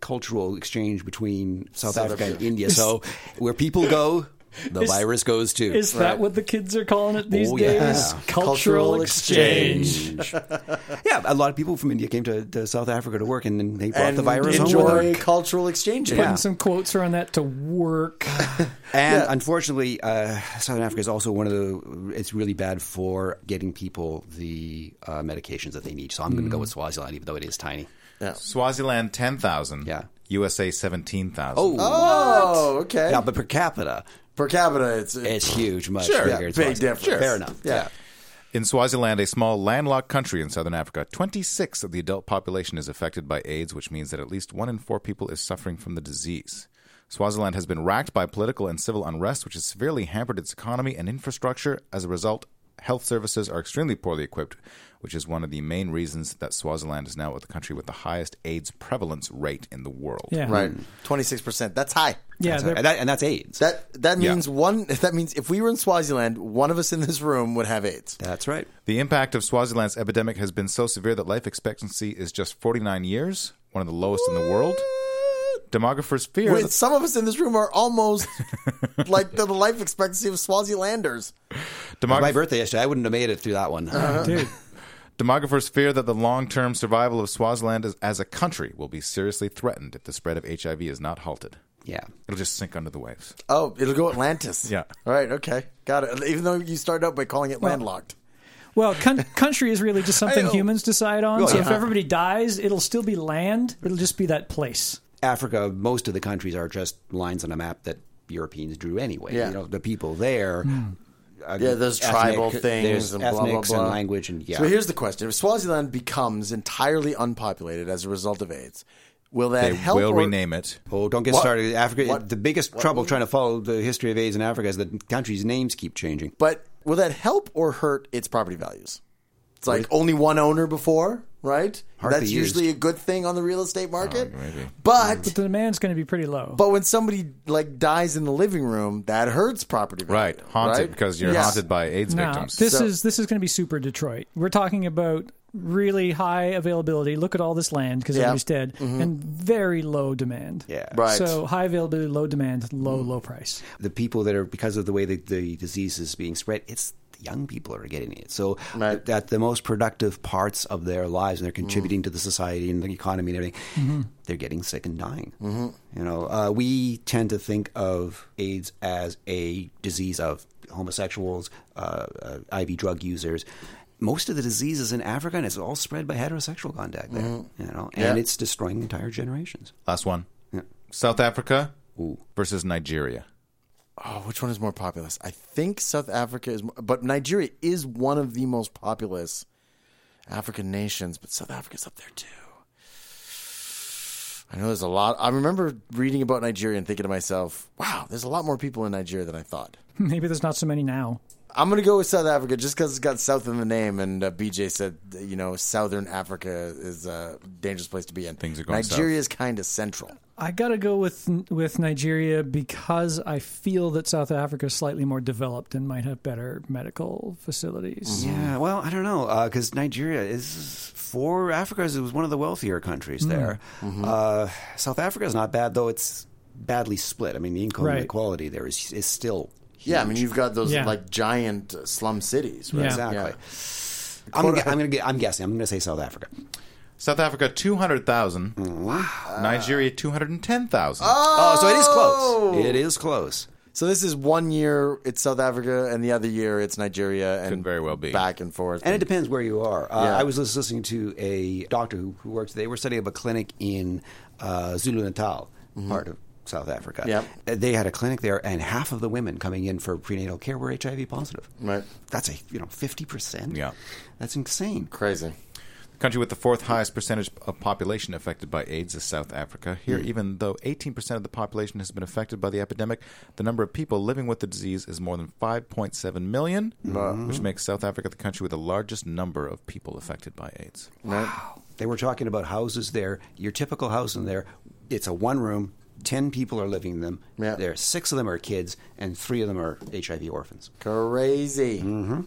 Speaker 4: Cultural exchange between South
Speaker 3: South
Speaker 4: Africa and
Speaker 3: Africa.
Speaker 4: India. So, where people go, the
Speaker 2: Is-
Speaker 4: virus goes too.
Speaker 2: Is that what the kids are calling it these
Speaker 4: Oh, yeah.
Speaker 2: days?
Speaker 4: Cultural
Speaker 2: Cultural exchange.
Speaker 4: yeah, a lot of people from India came to, to South Africa to work, and then they brought
Speaker 3: and
Speaker 4: the virus home with them.
Speaker 3: enjoy cultural exchanges.
Speaker 2: Putting some quotes around that to work.
Speaker 4: And unfortunately, uh, Southern Africa is also one of the. It's really bad for getting people the uh, medications that they need. So I'm going to go with Swaziland, even though it is tiny.
Speaker 3: Mm. Yeah.
Speaker 1: Swaziland 10,000.
Speaker 4: Yeah.
Speaker 1: USA 17,000.
Speaker 3: Oh, okay.
Speaker 4: yeah, but per capita,
Speaker 3: per capita, it's,
Speaker 4: it's huge, much
Speaker 1: Sure.
Speaker 4: bigger.
Speaker 3: yeah,
Speaker 4: in
Speaker 3: big
Speaker 4: Swaziland.
Speaker 3: difference.
Speaker 4: Fair enough.
Speaker 3: Yeah.
Speaker 1: In Swaziland, a small landlocked country in southern Africa, 26 of the adult population is affected by AIDS, which means that at least one in four people is suffering from the disease. Swaziland has been racked by political and civil unrest, which has severely hampered its economy and infrastructure. As a result, health services are extremely poorly equipped, which is one of the main reasons that Swaziland is now the country with the highest AIDS prevalence rate in the world.
Speaker 2: Yeah.
Speaker 3: Right. Twenty six percent. That's high.
Speaker 2: Yeah.
Speaker 4: That's right.
Speaker 2: they're-
Speaker 4: Mm. and, that, and that's AIDS.
Speaker 3: That that
Speaker 1: Yeah.
Speaker 3: means one. That means if we were in Swaziland, one of us in this room would have AIDS.
Speaker 4: that's right.
Speaker 1: The impact of Swaziland's epidemic has been so severe that life expectancy is just 49 years, one of the lowest in the world. demographers fear.
Speaker 3: Wait, some of us in this room are almost like the life expectancy of Swazilanders. Landers.
Speaker 1: demograph-
Speaker 4: My birthday yesterday, I wouldn't have made it through that one.
Speaker 3: Uh-huh.
Speaker 2: Dude,
Speaker 1: Demographers fear that the long term survival of Swaziland as, as a country will be seriously threatened if the spread of HIV is not halted.
Speaker 4: Yeah.
Speaker 1: It'll just sink under the waves.
Speaker 3: Oh, it'll go Atlantis.
Speaker 1: Yeah.
Speaker 3: All right. Okay. Got it. Even though you started out by calling it landlocked.
Speaker 2: well, con- country is really just something
Speaker 3: Ayo.
Speaker 2: humans decide on. so if everybody dies, it'll still be land. It'll just be that place.
Speaker 4: Africa, most of the countries are just lines on a map that Europeans drew anyway.
Speaker 3: Yeah.
Speaker 4: You know, the people there.
Speaker 2: Hmm.
Speaker 4: uh,
Speaker 3: Yeah, there's tribal things
Speaker 4: there's
Speaker 3: and blah, blah,
Speaker 4: ethnics
Speaker 3: blah.
Speaker 4: and language and yeah.
Speaker 3: So here's the question: If Swaziland becomes entirely unpopulated as a result of AIDS, will that
Speaker 1: They
Speaker 3: help?
Speaker 1: will
Speaker 3: or-
Speaker 1: rename it.
Speaker 4: Oh, don't get
Speaker 3: What?
Speaker 4: started. Africa.
Speaker 3: What?
Speaker 4: The biggest trouble trying to follow the history of AIDS in Africa is that countries' names keep changing.
Speaker 3: But will that help or hurt its property values? It's like only one owner before, right?
Speaker 4: Hardly
Speaker 3: That's
Speaker 4: used.
Speaker 3: usually a good thing on the real estate market.
Speaker 1: Oh, maybe. Mm.
Speaker 3: But
Speaker 2: The demand's going to be pretty low.
Speaker 3: but when somebody like dies in the living room, that hurts property value.
Speaker 1: Right. Haunted
Speaker 3: right?
Speaker 1: because you're
Speaker 3: Yes.
Speaker 1: haunted by AIDS
Speaker 2: No,
Speaker 1: victims.
Speaker 2: This
Speaker 3: So-
Speaker 2: is this is going to be super Detroit. We're talking about really high availability. Look at all this land because
Speaker 3: Yeah.
Speaker 2: everybody's dead, and very low demand.
Speaker 4: Yeah.
Speaker 3: Right.
Speaker 2: So high availability, low demand, low low price.
Speaker 4: The people that are because of the way that the disease is being spread, it's the young people are getting it. So
Speaker 3: Right. Mm.
Speaker 4: at the most productive parts of their lives, and they're contributing to the society and the economy and everything, they're getting sick and dying.
Speaker 3: Mm-hmm.
Speaker 4: You know, uh, we tend to think of AIDS as a disease of homosexuals, uh, uh, IV drug users. Most of the diseases in Africa, and it's all spread by heterosexual contact there. You know, and
Speaker 3: Mm-hmm. Yeah.
Speaker 4: it's destroying entire generations.
Speaker 1: Last one.
Speaker 4: Yeah.
Speaker 1: South Africa versus Nigeria.
Speaker 3: Oh, which one is more populous? I think South Africa is, more, but Nigeria is one of the most populous African nations, but South Africa's up there too. I know there's a lot. I remember reading about Nigeria and thinking to myself, wow, there's a lot more people in Nigeria than I thought.
Speaker 2: Maybe there's not so many now.
Speaker 3: I'm going to go with South Africa just because it's got South in the name. And uh, BJ said, you know, Southern Africa is a dangerous place to be in.
Speaker 1: Things are going south.
Speaker 3: Nigeria is kind of central.
Speaker 2: I gotta go with with Nigeria because I feel that South Africa is slightly more developed and might have better medical facilities.
Speaker 4: Yeah, well, I don't know because Nigeria is for Africa is it was one of the wealthier countries there. Uh, South Africa is not bad though; it's badly split. I mean, the income
Speaker 2: Right.
Speaker 4: inequality there is is still
Speaker 3: Yeah, I mean, you've got those
Speaker 2: Yeah.
Speaker 3: like giant uh, slum cities, right?
Speaker 2: Yeah.
Speaker 4: exactly. I'm, gonna, I'm, gonna, get- I'm guessing. I'm going to say South Africa.
Speaker 1: South Africa, 200,000. Nigeria, 210,000.
Speaker 4: Oh, so it is close. It is close.
Speaker 3: So this is one year it's South Africa and the other year it's Nigeria and
Speaker 1: Could very well be.
Speaker 3: back and forth.
Speaker 4: And it depends where you are. Uh,
Speaker 3: Yeah.
Speaker 4: I was just listening to a doctor who, who works. They were setting up a clinic in uh, Zulu Natal, part of South Africa.
Speaker 3: Mm-hmm. Yep.
Speaker 4: Uh, They had a clinic there, and half of the women coming in for prenatal care were HIV positive.
Speaker 3: Right.
Speaker 4: That's a you know fifty percent.
Speaker 1: Yeah.
Speaker 4: That's insane.
Speaker 3: Crazy.
Speaker 1: The country with the fourth highest percentage of population affected by AIDS is South Africa. Here,
Speaker 4: Hmm.
Speaker 1: even though 18% of the population has been affected by the epidemic, the number of people living with the disease is more than 5.7 million,
Speaker 4: Mm-hmm.
Speaker 1: which makes South Africa the country with the largest number of people affected by AIDS.
Speaker 3: Right?
Speaker 4: They were talking about houses there. Your typical house in there, it's a one room. Ten people are living in them.
Speaker 3: Yeah.
Speaker 4: There, six of them are kids, and three of them are HIV orphans.
Speaker 3: Crazy.
Speaker 4: Mm.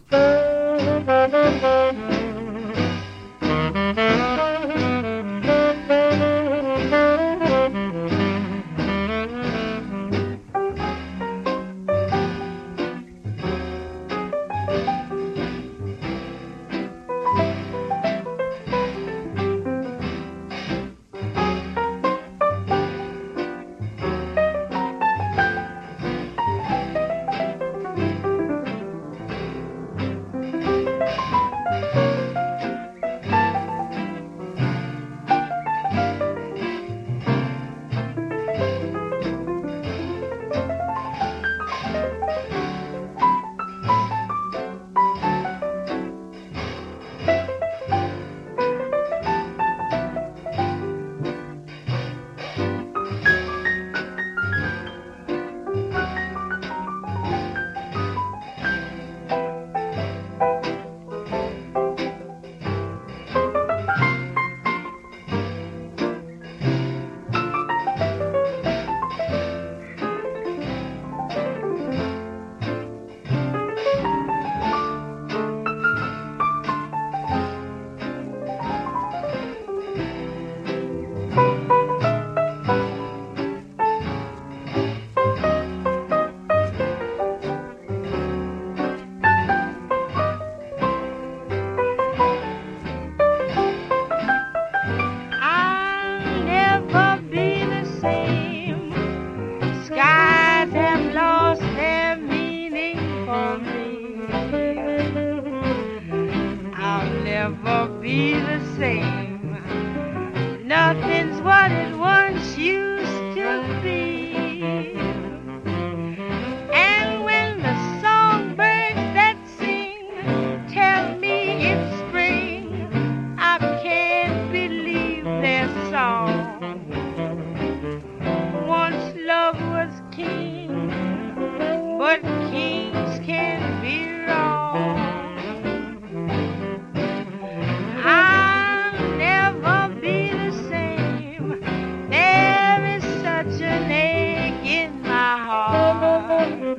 Speaker 5: be the same. Nothing's what it once used to be. And when the songbirds that sing tell me it's spring, I can't believe their song. Once love was king, but kings can be wrong. I'll never be the same. There is such an ache in my heart.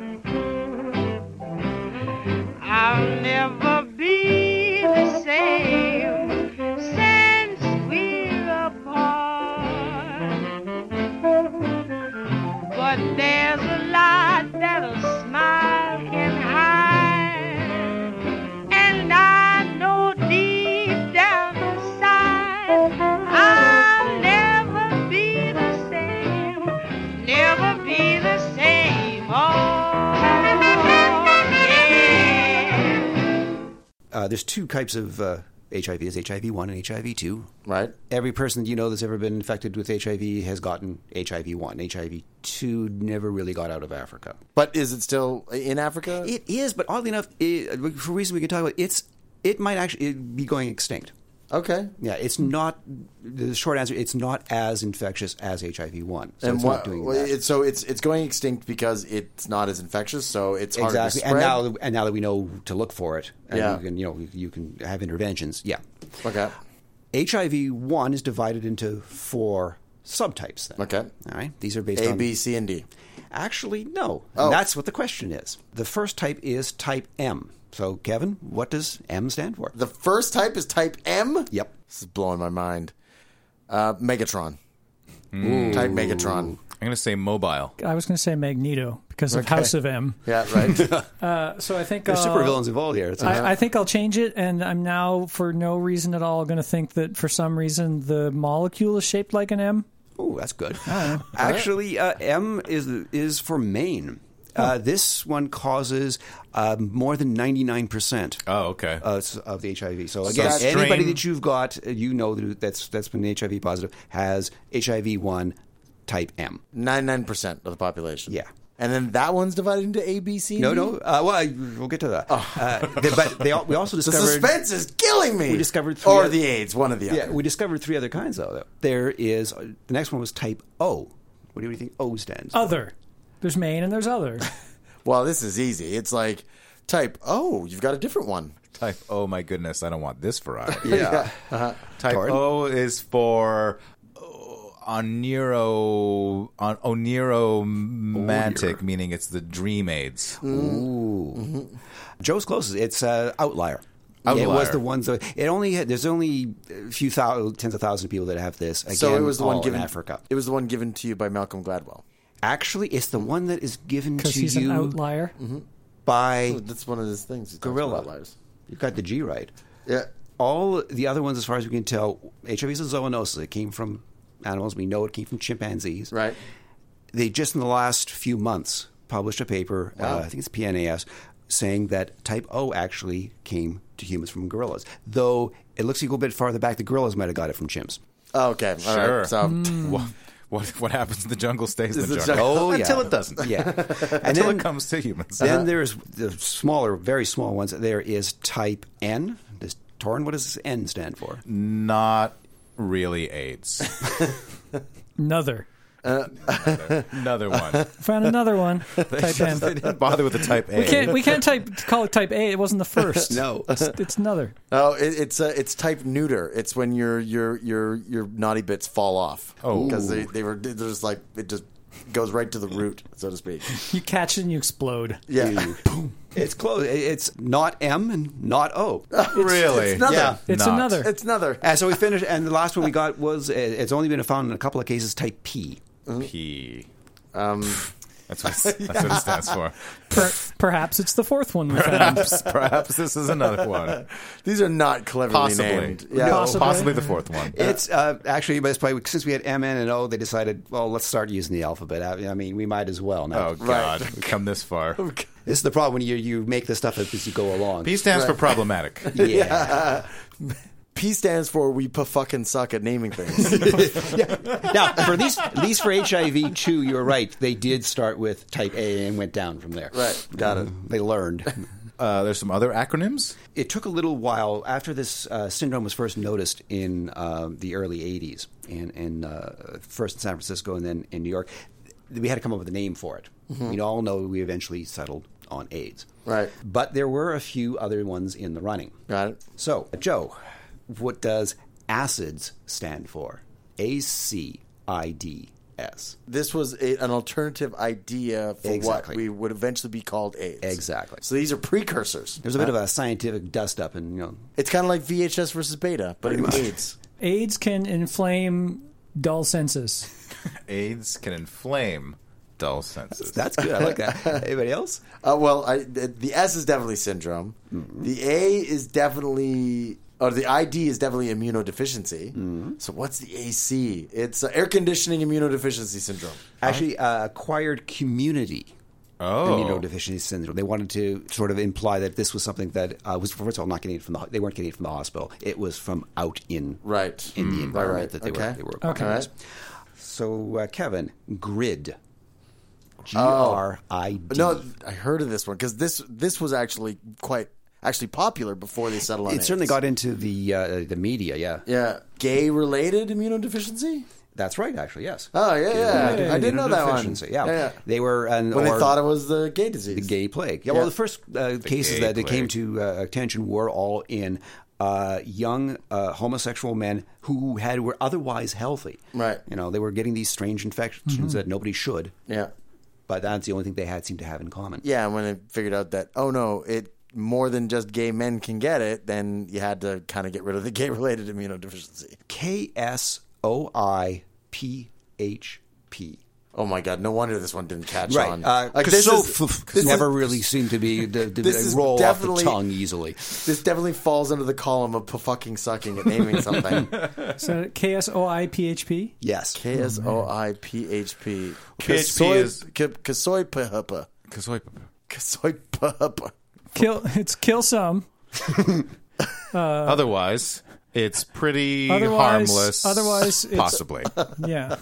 Speaker 5: I'll never be the same since we're apart. But there's a lot that a smile can hide. And I know deep down inside I'll never be the same. Never be the same. Oh, yeah.
Speaker 4: Uh, there's two types of uh, HIV. There's HIV one and HIV two.
Speaker 3: Right.
Speaker 4: Every person that you know that's ever been infected with HIV has gotten HIV one. HIV two never really got out of Africa.
Speaker 3: But is it still in Africa?
Speaker 4: It is, but oddly enough, it, for a reason we can talk about, it's it might actually be going extinct.
Speaker 3: okay.
Speaker 4: Yeah, it's
Speaker 3: Hmm.
Speaker 4: not. The short answer, it's not as infectious as HIV one. So it's
Speaker 3: wha-
Speaker 4: not doing
Speaker 3: well,
Speaker 4: that.
Speaker 3: It's, so it's it's going extinct because it's not as infectious, so it's harder
Speaker 4: exactly.
Speaker 3: to
Speaker 4: And
Speaker 3: spread.
Speaker 4: now, and now that we know to look for it, and
Speaker 3: Yeah.
Speaker 4: you can you know you can have interventions. Yeah.
Speaker 3: okay,
Speaker 4: HIV one is divided into four subtypes. Then.
Speaker 3: Okay.
Speaker 4: All right. These are based
Speaker 3: A,
Speaker 4: on
Speaker 3: B, C, and D.
Speaker 4: Actually, no.
Speaker 3: Oh.
Speaker 4: That's what the question is. The first type is type M. So, Kevin, what does M stand for?
Speaker 3: The first type is type M.
Speaker 4: yep.
Speaker 3: This is blowing my mind. Uh, Megatron.
Speaker 1: Hmm.
Speaker 3: Type Megatron.
Speaker 1: I'm going to say mobile.
Speaker 2: I was going to say Magneto because of House of M.
Speaker 3: Yeah, right.
Speaker 2: So I think
Speaker 4: There's
Speaker 2: uh,
Speaker 4: supervillains involved here. It's
Speaker 2: I, I think I'll change it, and I'm now, for no reason at all, going to think that for some reason the molecule is shaped like an M.
Speaker 4: oh, that's good. Actually, uh, M is is for Maine. Uh, this one causes uh, more than 99%
Speaker 1: Oh, okay.
Speaker 4: uh, s- of the HIV. So, again,
Speaker 3: that's
Speaker 4: anybody
Speaker 1: strain-
Speaker 4: that you've got, uh, you know that- that's, that's been HIV positive, has HIV 1 type M.
Speaker 3: Ninety-nine percent of the population.
Speaker 4: Yeah.
Speaker 3: and then that one's divided into A, B, C. and
Speaker 4: No,
Speaker 3: D?
Speaker 4: no. Uh, well, I, we'll get to that. Uh, they, but they, al- we also
Speaker 3: The
Speaker 4: discovered.
Speaker 3: suspense is killing me.
Speaker 4: We discovered three
Speaker 3: or
Speaker 4: oth-
Speaker 3: the AIDS, one of the
Speaker 4: Yeah,
Speaker 3: other.
Speaker 4: we discovered three other kinds though. There is the next one was type O. What do you think O stands? for?
Speaker 2: Other. There's main and there's other.
Speaker 3: well, this is easy. It's like type. Oh, you've got a different one.
Speaker 1: Type Oh my goodness, I don't want this variety.
Speaker 4: yeah.
Speaker 1: Type
Speaker 4: Pardon?
Speaker 1: O is for oh, oniro on oniromantic, meaning it's the dream aids.
Speaker 4: Joe's closest. It's uh, outlier. It was
Speaker 1: Outlier.
Speaker 4: the ones that it only had, there's only a few thousand, tens of thousands of people that have this. Again,
Speaker 3: so it was the
Speaker 4: all
Speaker 3: one
Speaker 4: in
Speaker 3: given
Speaker 4: Africa.
Speaker 3: It was the one given to you by Malcolm Gladwell.
Speaker 4: Actually, it's the one that is given to
Speaker 2: Because he's
Speaker 4: you
Speaker 2: an outlier.
Speaker 4: by
Speaker 3: That's one of his things. he talks
Speaker 4: gorilla.
Speaker 3: about lives.
Speaker 4: You got the G right.
Speaker 3: Yeah.
Speaker 4: All the other ones, as far as we can tell, HIV is a zoonosis. It came from animals. We know it came from chimpanzees.
Speaker 3: Right.
Speaker 4: they just in the last few months published a paper, uh, I think it's PNAS, saying that type O actually came to humans from gorillas. Though it looks a little bit farther back, the gorillas might have got it from chimps.
Speaker 3: Oh, okay. All right.
Speaker 1: Sure.
Speaker 3: So
Speaker 1: What, what what happens in the jungle stays in
Speaker 3: Is
Speaker 1: the
Speaker 3: it
Speaker 1: jungle.
Speaker 4: Oh, yeah.
Speaker 1: Until it doesn't. Uh-huh.
Speaker 4: Yeah. and
Speaker 1: Until
Speaker 4: then,
Speaker 1: it comes to humans.
Speaker 4: then there's the smaller, very small ones. There is type N. This Torn, what does this N stand for?
Speaker 1: Not really AIDS.
Speaker 2: Another.
Speaker 1: Another one.
Speaker 2: Found another one. type M.
Speaker 1: they didn't bother with the type A.
Speaker 2: We can't, we can't type call it type A. It wasn't the first.
Speaker 4: No.
Speaker 2: It's, it's another.
Speaker 3: Oh, it, it's uh, it's type neuter. It's when your your your your naughty bits fall off.
Speaker 1: Oh.
Speaker 3: because they they were they're just like it just goes right to the root, so to speak.
Speaker 2: You catch it and you explode.
Speaker 3: Yeah,
Speaker 4: It's close. It's not M and not O.
Speaker 1: really?
Speaker 3: it's nothing.
Speaker 4: Yeah.
Speaker 2: It's
Speaker 1: Not.
Speaker 2: another.
Speaker 3: it's another.
Speaker 4: and so we finished, and the last one we got was, it's only been found in a couple of cases, type P.
Speaker 1: P. Uh-huh.
Speaker 3: Um,
Speaker 1: That's what, it's- that's what it stands for.
Speaker 2: Per, perhaps it's the fourth one we found.
Speaker 1: Perhaps, perhaps this is another one.
Speaker 3: these are not cleverly
Speaker 1: Possibly.
Speaker 3: named.
Speaker 1: No,
Speaker 3: Yeah,
Speaker 2: Possibly.
Speaker 1: possibly the fourth one.
Speaker 4: It's uh, actually, but it's probably since we had M, N, and O, they decided, well, let's start using the alphabet. I I mean, we might as well now.
Speaker 1: Oh God! We've Come this far.
Speaker 4: This is the problem when you you make this stuff up as you go along.
Speaker 1: P stands for problematic.
Speaker 4: Yeah.
Speaker 3: P stands for we p- fucking suck at naming things.
Speaker 4: Now, for at least, at least for HIV too, you're right. They did start with type A and went down from there.
Speaker 3: Right. Got it.
Speaker 4: They learned.
Speaker 1: Uh, there's some other acronyms.
Speaker 4: It took a little while after this uh, syndrome was first noticed in uh, the early 80s, and, and uh, first in San Francisco and then in New York. We had to come up with a name for it. We all know we eventually settled on AIDS.
Speaker 3: Mm-hmm. Right.
Speaker 4: But there were a few other ones in the running.
Speaker 3: Got it.
Speaker 4: So, Joe, what does ACIDS stand for? A C I D S.
Speaker 3: This was a, an alternative idea for
Speaker 4: Exactly.
Speaker 3: what we would eventually be called AIDS.
Speaker 4: Exactly.
Speaker 3: So these are precursors.
Speaker 4: There's a bit of a scientific dust up, and you know,
Speaker 3: It's kind of like VHS versus beta, but in AIDS.
Speaker 2: AIDS can inflame dull senses.
Speaker 1: AIDS can inflame dull senses.
Speaker 4: that's good. I like that. Anybody else?
Speaker 3: Uh, well, I, the, the S is definitely syndrome. The A is definitely, or the ID is definitely immunodeficiency. So what's the AC? It's uh, air conditioning immunodeficiency syndrome.
Speaker 4: Actually, uh, acquired community
Speaker 1: oh,
Speaker 4: immunodeficiency syndrome. They wanted to sort of imply that this was something that uh, was first of all not getting it from the they weren't getting it from the hospital. It was from out in
Speaker 3: Right. Mm.
Speaker 4: in the environment that
Speaker 3: right.
Speaker 4: they were
Speaker 3: Okay.
Speaker 4: they were.
Speaker 2: Okay.
Speaker 3: All right.
Speaker 4: So uh, Kevin, grid. G R I D.
Speaker 3: Oh. No, I heard of this one because this this was actually quite actually popular before they settled on
Speaker 4: it certainly
Speaker 3: AIDS.
Speaker 4: got into the uh, the media. Yeah.
Speaker 3: Yeah, gay related immunodeficiency.
Speaker 4: that's right. Actually, yes.
Speaker 3: Oh yeah, yeah,
Speaker 4: Grid
Speaker 3: I did know that one.
Speaker 4: immunodeficiency, Yeah. they were and
Speaker 3: when
Speaker 4: or-
Speaker 3: they thought it was the gay disease.
Speaker 4: the gay plague. Yeah,
Speaker 3: Yeah.
Speaker 4: well, the first uh, cases
Speaker 1: gay
Speaker 4: that it came
Speaker 1: plague.
Speaker 4: to uh, attention were all in uh, young uh, homosexual men who had were otherwise healthy.
Speaker 3: Right. Mm-hmm.
Speaker 4: You know, they were getting these strange infections that nobody should.
Speaker 3: Yeah,
Speaker 4: But that's the only thing they had seemed to have in common.
Speaker 3: yeah. And when they figured out that oh no, it more than just gay men can get it, then you had to kind of get rid of the gay related immunodeficiency.
Speaker 4: K S O I P H P.
Speaker 3: Oh my god, no wonder this one didn't catch on.
Speaker 4: Right. Uh,
Speaker 3: Like, this is- this is-
Speaker 4: never really seemed to be the, the,
Speaker 3: This is
Speaker 4: roll off the
Speaker 3: definitely-
Speaker 4: tongue easily.
Speaker 3: This definitely falls under the column of p- fucking sucking at naming something.
Speaker 2: So K S O I P H P.
Speaker 4: Yes.
Speaker 3: K S O I P H P.
Speaker 1: PHP is-
Speaker 3: Kasoy Pahapa.
Speaker 1: Kasoy-
Speaker 3: Kasoy Pahapa.
Speaker 2: Kill. It's kill some.
Speaker 1: otherwise, it's pretty
Speaker 2: Uh, Otherwise-
Speaker 1: harmless.
Speaker 2: otherwise it's-
Speaker 1: possibly.
Speaker 2: Yeah.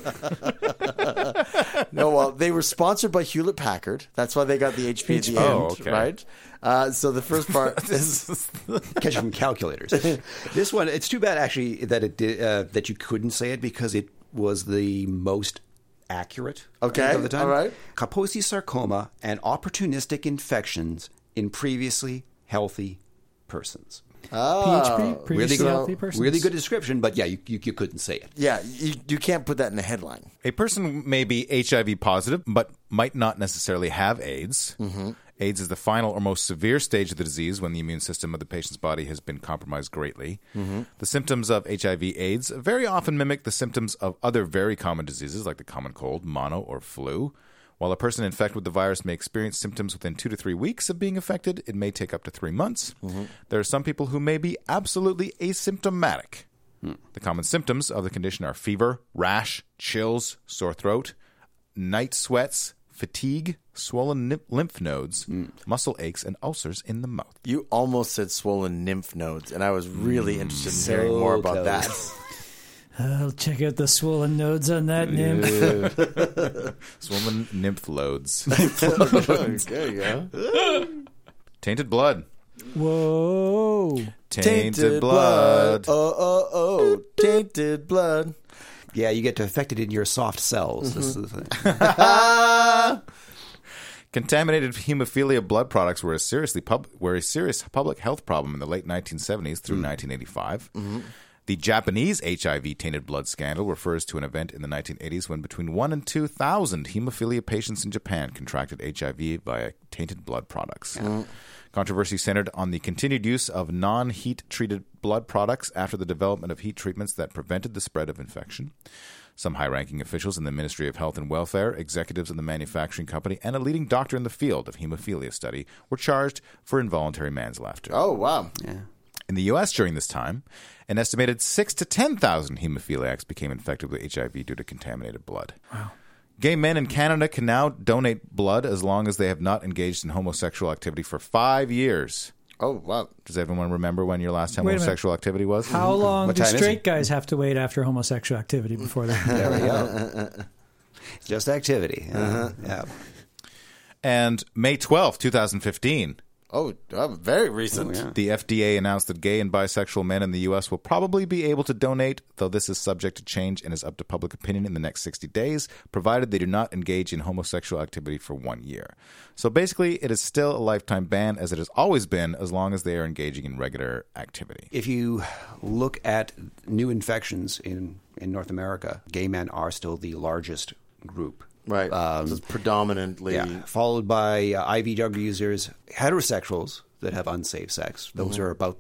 Speaker 3: No, well, they were sponsored by Hewlett Packard. That's why they got the HP at the
Speaker 2: HP.
Speaker 3: end,
Speaker 1: Oh, okay.
Speaker 3: right? Uh, so the first part is
Speaker 4: catch it from calculators. this one, it's too bad actually that it did, uh, that you couldn't say it because it was the most accurate. I think,
Speaker 3: Okay,
Speaker 4: of the time.
Speaker 3: all right.
Speaker 4: Kaposi sarcoma and opportunistic infections in previously healthy persons.
Speaker 2: PHP.
Speaker 4: Oh, Really
Speaker 2: Previously
Speaker 4: good,
Speaker 2: healthy persons.
Speaker 4: really good description, but yeah, you, you, you couldn't say it.
Speaker 3: yeah, you, you can't put that in the headline.
Speaker 1: A person may be HIV positive, but might not necessarily have AIDS. AIDS is the final or most severe stage of the disease when the immune system of the patient's body has been compromised greatly. The symptoms of HIV/AIDS very often mimic the symptoms of other very common diseases like the common cold, mono, or flu. While a person infected with the virus may experience symptoms within two to three weeks of being affected, it may take up to three months. There are some people who may be absolutely asymptomatic. The common symptoms of the condition are fever, rash, chills, sore throat, night sweats, fatigue, swollen nip- lymph nodes, muscle aches, and ulcers in the mouth.
Speaker 3: You almost said swollen nymph nodes, and I was really interested in hearing more about that.
Speaker 2: I'll check out the swollen nodes on that nymph.
Speaker 1: Swollen nymph loads.
Speaker 3: there you go.
Speaker 1: Tainted blood.
Speaker 2: Whoa.
Speaker 1: Tainted, blood.
Speaker 3: Oh, oh, oh. Tainted blood.
Speaker 4: Yeah, you get affected in your soft cells. This is the thing.
Speaker 1: Contaminated hemophilia blood products were a seriously pub- were a serious public health problem in the late 1970s through 1985. The Japanese HIV tainted blood scandal refers to an event in the 1980s when between 1 and 2,000 hemophilia patients in Japan contracted HIV via tainted blood products. Controversy centered on the continued use of non heat treated blood products after the development of heat treatments that prevented the spread of infection. Some high ranking officials in the Ministry of Health and Welfare, executives in the manufacturing company, and a leading doctor in the field of hemophilia study were charged for involuntary manslaughter.
Speaker 3: Oh, wow.
Speaker 1: In the U.S. during this time, an estimated six to ten thousand hemophiliacs became infected with HIV due to contaminated blood. Wow. Gay men in Canada can now donate blood as long as they have not engaged in homosexual activity for five years.
Speaker 3: Oh wow!
Speaker 1: Does everyone remember when your last
Speaker 2: Wait a minute.
Speaker 1: homosexual activity was?
Speaker 2: How long
Speaker 4: What
Speaker 2: do
Speaker 4: time is
Speaker 2: straight
Speaker 4: it?
Speaker 2: guys have to wait after homosexual activity before they?
Speaker 4: There we go. It's Just activity. Yeah. yeah.
Speaker 1: And May twelfth, two 2015,
Speaker 3: Oh, uh, very recent.
Speaker 4: Oh,
Speaker 1: the FDA announced that gay and bisexual men in the U.S. will probably be able to donate, though this is subject to change and is up to public opinion in the next 60 days, provided they do not engage in homosexual activity for one year. So basically, it is still a lifetime ban, as it has always been, as long as they are engaging in regular activity.
Speaker 4: If you look at new infections in, in North America, gay men are still the largest group.
Speaker 3: Right.
Speaker 4: Um,
Speaker 3: This is predominantly.
Speaker 4: Yeah, followed by uh, IVW users, heterosexuals that have unsafe sex. Those
Speaker 3: Mm-hmm.
Speaker 4: are about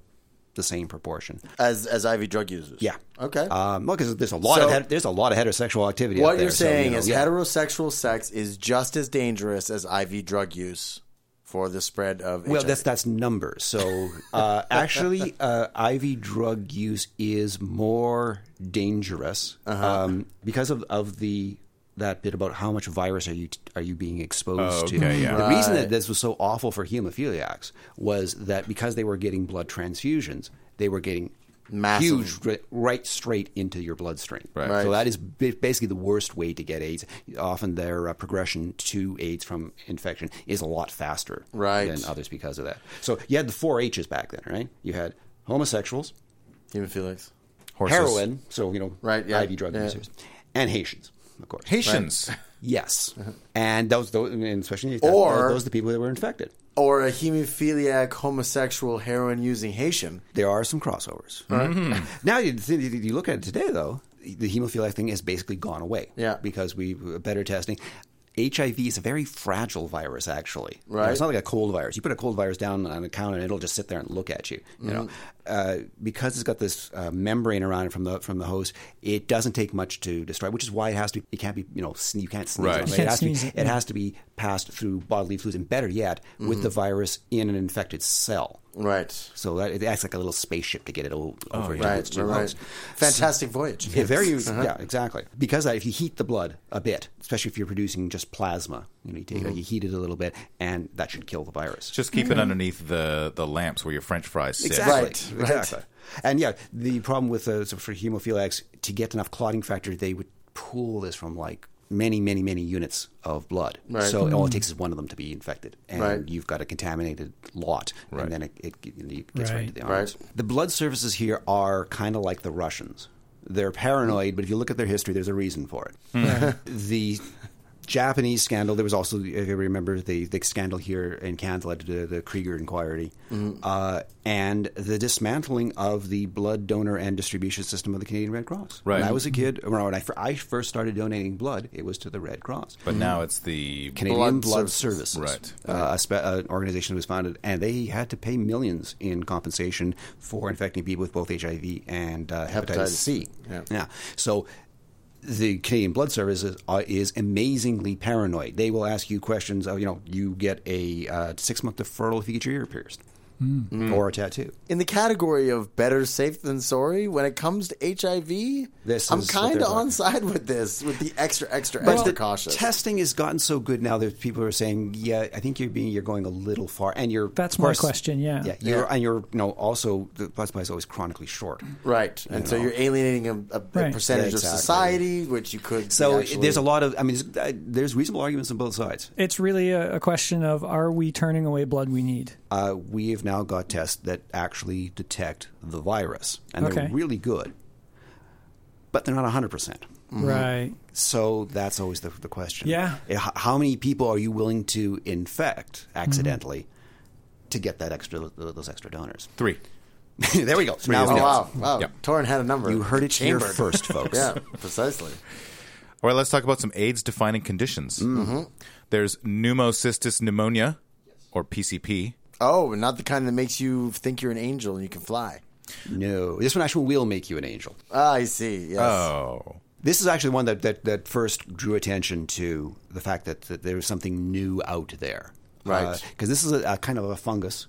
Speaker 4: the same proportion.
Speaker 3: as as IV drug users.
Speaker 4: Yeah.
Speaker 3: Okay.
Speaker 4: Um, well, because there's a lot
Speaker 3: So-
Speaker 4: of het- there's a lot of heterosexual activity. out
Speaker 3: what
Speaker 4: there,
Speaker 3: you're
Speaker 4: so,
Speaker 3: saying
Speaker 4: you know,
Speaker 3: is
Speaker 4: yeah.
Speaker 3: heterosexual sex is just as dangerous as IV drug use for the spread of.
Speaker 4: Well,
Speaker 3: HIV.
Speaker 4: that's that's numbers. So uh, actually, uh, IV drug use is more dangerous
Speaker 1: Uh-huh.
Speaker 4: um, because of, of the that bit about how much virus are you are you being exposed
Speaker 1: Oh,
Speaker 4: to.
Speaker 1: okay, yeah.
Speaker 4: The reason that this was so awful for hemophiliacs was that because they were getting blood transfusions, they were getting
Speaker 3: Massive.
Speaker 4: huge ri- right straight into your bloodstream.
Speaker 1: Right.
Speaker 3: Right.
Speaker 4: So that is ba- basically the worst way to get AIDS. Often their uh, progression to AIDS from infection is a lot faster
Speaker 3: Right.
Speaker 4: than others because of that. So you had the four H's back then, right? You had homosexuals,
Speaker 3: hemophilics.
Speaker 1: Horses.
Speaker 4: heroin, so you know,
Speaker 3: Right, yeah,
Speaker 4: IV drug
Speaker 3: yeah.
Speaker 4: users, and Haitians, of course.
Speaker 1: Haitians.
Speaker 4: yes, and those, those, and especially
Speaker 3: Uh-huh. Or-
Speaker 4: those are the people that were infected.
Speaker 3: Or a hemophiliac, homosexual, heroin using Haitian.
Speaker 4: There are some crossovers.
Speaker 3: Mm-hmm.
Speaker 4: Now you, you look at it today, though, the hemophiliac thing has basically gone away.
Speaker 3: Yeah.
Speaker 4: because we better testing. HIV is a very fragile virus, actually. You know,
Speaker 3: Right.
Speaker 4: it's not like a cold virus. You put a cold virus down on the counter, and it'll just sit there and look at you. You
Speaker 3: Mm-hmm.
Speaker 4: know, uh, because it's got this uh, membrane around it from the from the host. It doesn't take much to destroy, which is why it has to. It can't be. You know, sne- you can't sneeze.
Speaker 1: Right.
Speaker 4: on it.
Speaker 1: You
Speaker 2: can't
Speaker 4: it, has to be,
Speaker 2: sneeze it,
Speaker 4: it
Speaker 2: yeah.
Speaker 4: has to be passed through bodily fluids, and better yet, with
Speaker 3: Mm-hmm.
Speaker 4: the virus in an infected cell.
Speaker 3: Right.
Speaker 4: So that, it acts like a little spaceship to get it o- over to
Speaker 3: Oh, Right.
Speaker 4: its
Speaker 3: Right.
Speaker 4: two
Speaker 3: right. Uh-huh.
Speaker 4: lungs.
Speaker 3: Fantastic voyage.
Speaker 4: Yeah, very. Yeah, exactly. Because that, if you heat the blood a bit, especially if you're producing just plasma, you, know, you, take,
Speaker 3: Mm-hmm.
Speaker 4: you heat it a little bit, and that should kill the virus.
Speaker 1: Just keep it underneath the, the lamps where your french fries sit.
Speaker 4: Mm-hmm. Exactly.
Speaker 3: Right, right.
Speaker 4: Exactly. And yeah, the problem with uh, so for hemophiliacs to get enough clotting factor, they would pull this from like many, many, many units of blood.
Speaker 3: Right. Mm-hmm.
Speaker 4: So all it takes is one of them to be infected, and
Speaker 3: Right.
Speaker 4: you've got a contaminated lot,
Speaker 1: Right.
Speaker 4: and then it, it, g- it gets right.
Speaker 2: Right.
Speaker 4: to the arms. The blood surfaces here are kind of like the Russians. They're paranoid, but if you look at their history, there's a reason for it the Japanese scandal. There was also, if you remember, the, the scandal here in Canada, the, the Krieger inquiry, uh, and the dismantling of the blood donor and distribution system of the Canadian Red Cross.
Speaker 1: Right.
Speaker 4: When I was a kid, or when I, fir- I first started donating blood, it was to the Red Cross.
Speaker 1: But now it's the
Speaker 4: Mm-hmm. Canadian
Speaker 3: Blood
Speaker 4: Blood,
Speaker 3: Services.
Speaker 4: Services,
Speaker 1: Right.
Speaker 4: Uh, a spe- an organization that was founded, and they had to pay millions in compensation for infecting people with both HIV and uh, hepatitis,
Speaker 3: Hepatitis.
Speaker 4: C.
Speaker 3: Yeah.
Speaker 4: So the Canadian Blood Services are, is amazingly paranoid. They will ask you questions. Of, you know, you get a uh, six month deferral if you get your ear pierced or a tattoo.
Speaker 3: in the category of better safe than sorry when it comes to HIV.
Speaker 4: This
Speaker 3: I'm
Speaker 4: is what
Speaker 3: kind
Speaker 4: they're
Speaker 3: of on
Speaker 4: like.
Speaker 3: side with this, with the extra, extra,
Speaker 4: But
Speaker 3: extra
Speaker 4: the
Speaker 3: cautious.
Speaker 4: testing has gotten so good now that people are saying, "Yeah, I think you're being you're going a little far," and you're
Speaker 2: That's
Speaker 4: of
Speaker 2: my
Speaker 4: course-
Speaker 2: question, yeah.
Speaker 4: yeah, you're, and you're you know also the blood supply is always chronically short.
Speaker 3: right, and so
Speaker 4: know.
Speaker 3: you're alienating a, a
Speaker 2: Right.
Speaker 3: percentage
Speaker 4: Yeah,
Speaker 3: of
Speaker 4: exactly.
Speaker 3: society, which you could.
Speaker 4: So
Speaker 3: actually-
Speaker 4: there's a lot of I mean there's, uh, there's reasonable arguments on both sides.
Speaker 2: It's really a, a question of are we turning away blood we need?
Speaker 4: Uh, we have now got tests that actually detect the virus, and they're
Speaker 2: Okay.
Speaker 4: really good, but they're not 100 percent.
Speaker 2: Right.
Speaker 4: So that's always the, the question.
Speaker 2: Yeah.
Speaker 4: Eh, h- How many people are you willing to infect
Speaker 2: Mm-hmm.
Speaker 4: accidentally to get that extra those extra donors?
Speaker 1: three.
Speaker 4: there we go. So now
Speaker 1: is
Speaker 4: we
Speaker 3: Oh,
Speaker 4: know.
Speaker 3: wow, wow.
Speaker 1: Yep.
Speaker 3: Torrin had a number.
Speaker 4: You heard it here
Speaker 3: Chambered.
Speaker 4: first, folks.
Speaker 3: yeah, precisely.
Speaker 1: All right, let's talk about some AIDS defining conditions.
Speaker 3: Mm-hmm.
Speaker 1: There's pneumocystis pneumonia, or PCP.
Speaker 3: Oh, and not the kind that makes you think you're an angel and you can fly.
Speaker 4: No, this one actually will make you an angel.
Speaker 3: Ah, I see. Yes.
Speaker 1: Oh.
Speaker 4: This is actually one that, that, that first drew attention to the fact that, that there Uh, was something new out there.
Speaker 3: Right.
Speaker 4: Because this is a, a kind of a fungus,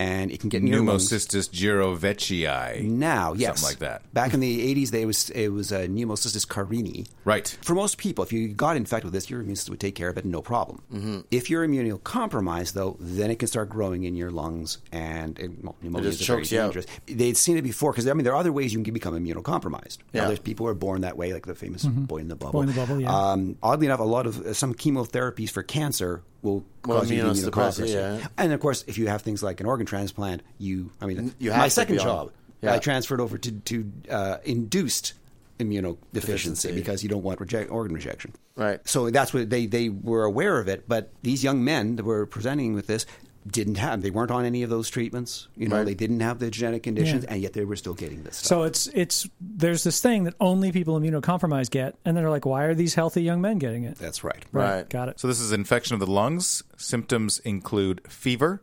Speaker 4: and it can get in your lungs.
Speaker 1: Pneumocystis gyrovecii.
Speaker 4: Now, yes,
Speaker 1: Something like that.
Speaker 4: Back in the '80s, they was it was uh, pneumocystis carini.
Speaker 1: Right.
Speaker 4: For most people, if you got infected with this, your immune system would take care of it, no problem.
Speaker 3: Mm-hmm.
Speaker 4: If you're immunocompromised, though, then it can start growing in your lungs, and it, well, pneumonia
Speaker 3: just
Speaker 4: is a very
Speaker 3: chokes you out.
Speaker 4: dangerous. They'd seen it before because I mean there are other ways you can become immunocompromised. Now,
Speaker 3: Yeah.
Speaker 4: there's people who are born that way, like the famous boy in the bubble.
Speaker 2: Mm-hmm. Boy in the bubble, yeah.
Speaker 4: Um, oddly enough, a lot of uh, some chemotherapies for cancer will
Speaker 3: Well,
Speaker 4: cause you to be
Speaker 3: immunosuppressive,
Speaker 4: immunocompromised.
Speaker 3: yeah.
Speaker 4: And of course, if you have things like an organ transplant, you, I mean,
Speaker 3: you have
Speaker 4: my
Speaker 3: to
Speaker 4: second
Speaker 3: be on-
Speaker 4: job,
Speaker 3: Yeah.
Speaker 4: I transferred over to, to uh, induced immunodeficiency
Speaker 3: Deficiency.
Speaker 4: because you don't want reject, organ rejection.
Speaker 3: Right.
Speaker 4: So that's what they, they were aware of it. But these young men that were presenting with this didn't have, they weren't on any of those treatments. You know,
Speaker 3: Right.
Speaker 4: they didn't have the genetic conditions,
Speaker 2: Yeah.
Speaker 4: and yet they were still getting this stuff.
Speaker 2: So it's it's there's this thing that only people immunocompromised get, and then they're like, why are these healthy young men getting it?
Speaker 4: that's right.
Speaker 3: Right.
Speaker 2: Got it.
Speaker 1: So this is infection of the lungs. Symptoms include fever,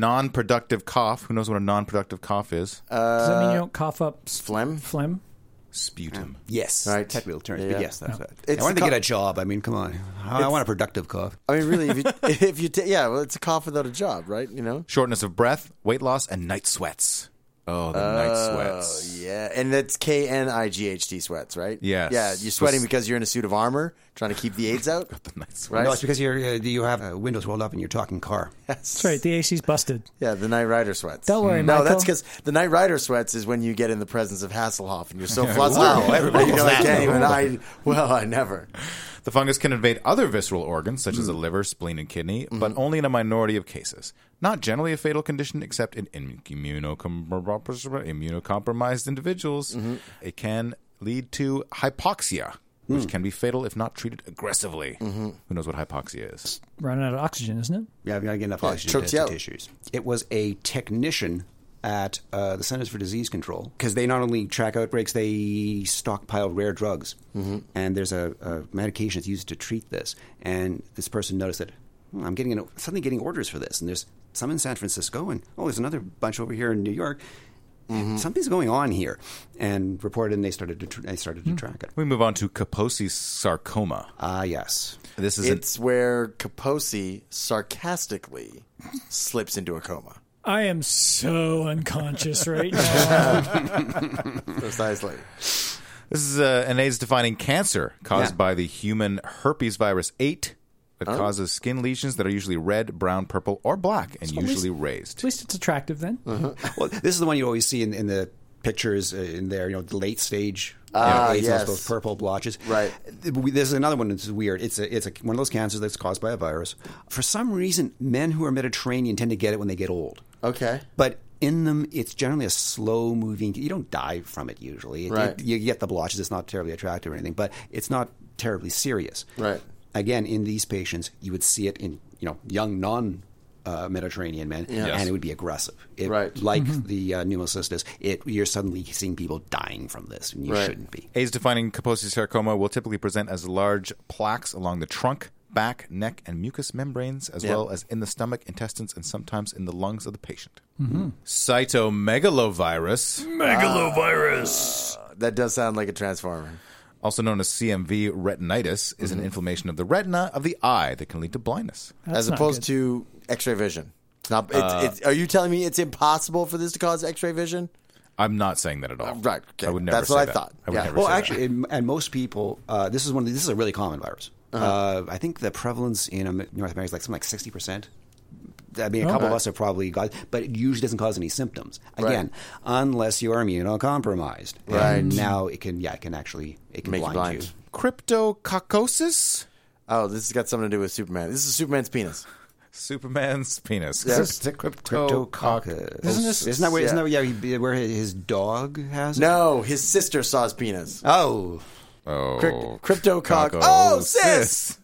Speaker 1: non-productive cough. Who knows what a non-productive cough is?
Speaker 3: Uh,
Speaker 2: Does that mean you don't cough up s-
Speaker 3: phlegm?
Speaker 2: Phlegm.
Speaker 1: Sputum.
Speaker 4: Yes.
Speaker 3: Right.
Speaker 4: Technical terms,
Speaker 3: Yeah.
Speaker 4: but yes, that's right.
Speaker 3: It's
Speaker 4: I wanted
Speaker 3: the
Speaker 4: to get
Speaker 3: co-
Speaker 4: a job. I mean, come on. I want a productive cough.
Speaker 3: I mean, really, if you, if you ta- yeah, well, it's a cough without a job, right? You know.
Speaker 1: Shortness of breath, weight loss, and night sweats. Oh, the night sweats.
Speaker 3: Yeah, and that's K N I G H T sweats, right?
Speaker 1: Yes.
Speaker 3: Yeah, you're sweating
Speaker 1: This-
Speaker 3: because you're in a suit of armor, trying to keep the AIDS out.
Speaker 1: The night sweats.
Speaker 3: Right.
Speaker 4: No, it's because you're, uh, you have uh, windows rolled up and you're talking car.
Speaker 2: That's right. The AC's busted.
Speaker 3: Yeah, the Night Rider sweats.
Speaker 2: Don't worry,
Speaker 3: no,
Speaker 2: Michael.
Speaker 3: that's because the Night Rider sweats is when you get in the presence of Hasselhoff and you're so flustered. Wow, everybody you know, I can't even. I well, I never.
Speaker 1: The fungus can invade other visceral organs such as the liver, spleen, and kidney, but only in a minority of cases. Not generally a fatal condition, except in im- immunocom- immunocompromised individuals. It can lead to hypoxia, which can be fatal if not treated aggressively. Who knows what hypoxia is?
Speaker 2: Running out of oxygen, isn't it?
Speaker 4: Yeah, I've got to get enough oxygen
Speaker 3: chokes
Speaker 4: to to
Speaker 3: you out.
Speaker 4: tissues. It was a technician at uh, the Centers for Disease Control because they not only track outbreaks, they stockpile rare drugs.
Speaker 3: Mm-hmm.
Speaker 4: And there's a, a medication that's used to treat this. And this person noticed that "Hmm, I'm getting an, suddenly getting orders for this, and there's some in San Francisco, and oh, there's another bunch over here in New York.
Speaker 3: Mm-hmm.
Speaker 4: Something's going on here, and reported, and they started to tr- they started
Speaker 3: Hmm.
Speaker 4: to track it.
Speaker 1: We move on to Kaposi's sarcoma.
Speaker 4: Ah, yes.
Speaker 1: This is an
Speaker 3: It's where Kaposi sarcastically slips into a coma.
Speaker 2: I am so unconscious right now.
Speaker 3: Precisely.
Speaker 1: This is uh, an AIDS-defining cancer caused
Speaker 4: Yeah.
Speaker 1: by the human herpes virus 8 that causes skin lesions that are usually red, brown, purple, or black and usually raised.
Speaker 2: At least it's attractive then.
Speaker 4: Well, this is the one you always see in, in the pictures uh, in there, you know, the late stage.
Speaker 3: Ah,
Speaker 4: you know, AIDS,
Speaker 3: yes.
Speaker 4: those purple blotches.
Speaker 3: Right.
Speaker 4: There's another one that's weird. It's a, it's a, one of those cancers that's caused by a virus. For some reason, men who are Mediterranean tend to get it when they get old.
Speaker 3: Okay.
Speaker 4: But in them, it's generally a slow moving. You don't die from it usually. It-
Speaker 3: Right.
Speaker 4: it- you get the blotches. It's not terribly attractive or anything, but it's not terribly serious.
Speaker 3: Right.
Speaker 4: Again, in these patients, you would see it in you know young non. Uh, Mediterranean men,
Speaker 3: Yes.
Speaker 4: and it would be aggressive. It,
Speaker 3: Right.
Speaker 4: like the uh, pneumocystis, it you're suddenly seeing people dying from this, and you
Speaker 3: Right.
Speaker 4: shouldn't be.
Speaker 1: AIDS-defining Kaposi sarcoma will typically present as large plaques along the trunk, back, neck, and mucous membranes, as
Speaker 3: Yeah.
Speaker 1: well as in the stomach, intestines, and sometimes in the lungs of the patient.
Speaker 3: Mm-hmm.
Speaker 1: Cytomegalovirus,
Speaker 3: That does sound like a transformer.
Speaker 1: also known as CMV retinitis, is
Speaker 3: Mm-hmm.
Speaker 1: an inflammation of the retina of the eye that can lead to blindness.
Speaker 2: That's
Speaker 3: as
Speaker 2: not
Speaker 3: opposed
Speaker 2: good.
Speaker 3: to X-ray vision. It's not. It's, it's, are you telling me it's impossible for this to cause X-ray vision?
Speaker 1: I'm not saying that at all.
Speaker 3: right, okay.
Speaker 1: I would never
Speaker 3: That's
Speaker 1: say
Speaker 3: what I
Speaker 1: that.
Speaker 3: thought.
Speaker 1: I would
Speaker 3: Yeah.
Speaker 1: never
Speaker 4: Well,
Speaker 1: say that.
Speaker 4: actually, and- and most people, uh, this is one. Of the, this is a really common virus. uh I think the prevalence in Am- North America is like something like sixty percent. I mean, a couple of us have probably got, but it usually doesn't cause any symptoms. Again, unless you are immunocompromised.
Speaker 3: Right.
Speaker 4: And now it can, yeah, it can actually it can
Speaker 3: Make you
Speaker 4: blind,
Speaker 3: blind.
Speaker 4: you.
Speaker 1: cryptococcosis?
Speaker 3: Oh, this has got something to do with Superman. This is Superman's penis.
Speaker 1: Superman's penis.
Speaker 3: Yes.
Speaker 4: Cryptococcus.
Speaker 2: Isn't this-
Speaker 4: Oh, uh, Isn't that where? Isn't
Speaker 3: yeah.
Speaker 4: that where, yeah, he- where his dog has? it?
Speaker 3: No, his sister saw his penis.
Speaker 4: Oh,
Speaker 1: Oh.
Speaker 3: Crypt- cryptococ- Oh, sis!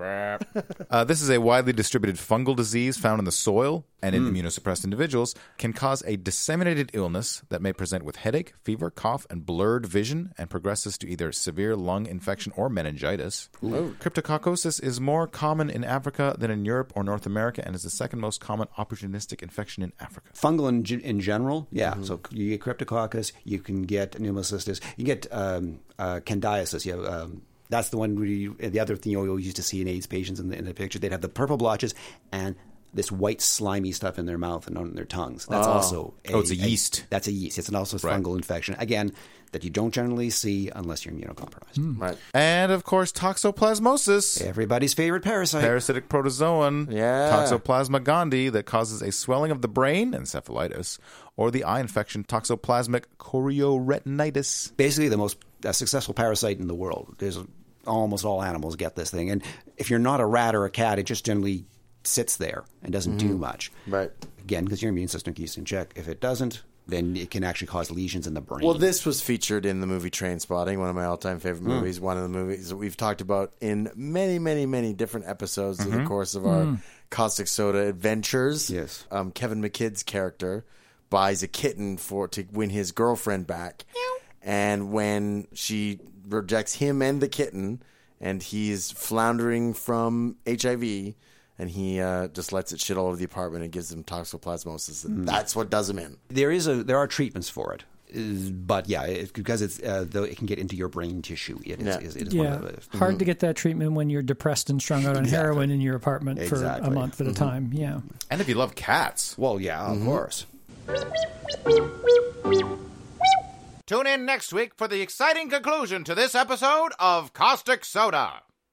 Speaker 1: uh, this is a widely distributed fungal disease found in the soil and in immunosuppressed individuals. Can cause a disseminated illness that may present with headache, fever, cough, and blurred vision, and progresses to either severe lung infection or meningitis. Cryptococcosis is more common in Africa than in Europe or North America, and is the second most common opportunistic infection in Africa.
Speaker 4: fungal in, ge- in general, yeah.
Speaker 1: Mm-hmm.
Speaker 4: So you get cryptococcus, you can get pneumocystis, you get um, uh, candidiasis. You have, um, that's the one where you, the other thing you always used to see in AIDS patients in the, in the picture. They'd have the purple blotches and this white slimy stuff in their mouth and on their tongues. That's also
Speaker 1: Oh, it's a yeast.
Speaker 4: that's a yeast. It's an also
Speaker 1: Right.
Speaker 4: fungal infection again that you don't generally see unless you're immunocompromised.
Speaker 1: Hmm.
Speaker 3: Right.
Speaker 1: And of course, toxoplasmosis.
Speaker 4: Everybody's favorite parasite.
Speaker 1: Parasitic protozoan,
Speaker 3: Yeah.
Speaker 1: Toxoplasma gondii, that causes a swelling of the brain, encephalitis, or the eye infection, toxoplasmic chorioretinitis.
Speaker 4: basically the most uh, successful parasite in the world. There's almost all animals get this thing, and if you're not a rat or a cat, it just generally sits there and doesn't do much.
Speaker 3: Right.
Speaker 4: Again, because your immune system keeps it in check. If it doesn't, then it can actually cause lesions in the brain.
Speaker 3: Well, this was featured in the movie Train Spotting, one of my all time favorite movies, one of the movies that we've talked about in many, many, many different episodes through the course of our caustic soda adventures.
Speaker 4: Yes.
Speaker 3: Um, Kevin McKidd's character buys a kitten for to win his girlfriend back. And when she rejects him and the kitten, and he's floundering from HIV, and he uh, just lets it shit all over the apartment and gives him toxoplasmosis. and That's what does him in.
Speaker 4: there is a there are treatments for it. Is- But yeah, it, because it's uh, though it can get into your brain tissue. It is,
Speaker 3: Yeah.
Speaker 4: is, it is
Speaker 2: Yeah,
Speaker 4: one of Mm-hmm. the,
Speaker 2: hard to get that treatment when you're depressed and strung out on heroin in your apartment for
Speaker 4: Exactly. Mm-hmm.
Speaker 2: a month at a time. Yeah,
Speaker 1: And if you love cats,
Speaker 4: well, yeah, of course.
Speaker 1: tune in next week for the exciting conclusion to this episode of Caustic Soda.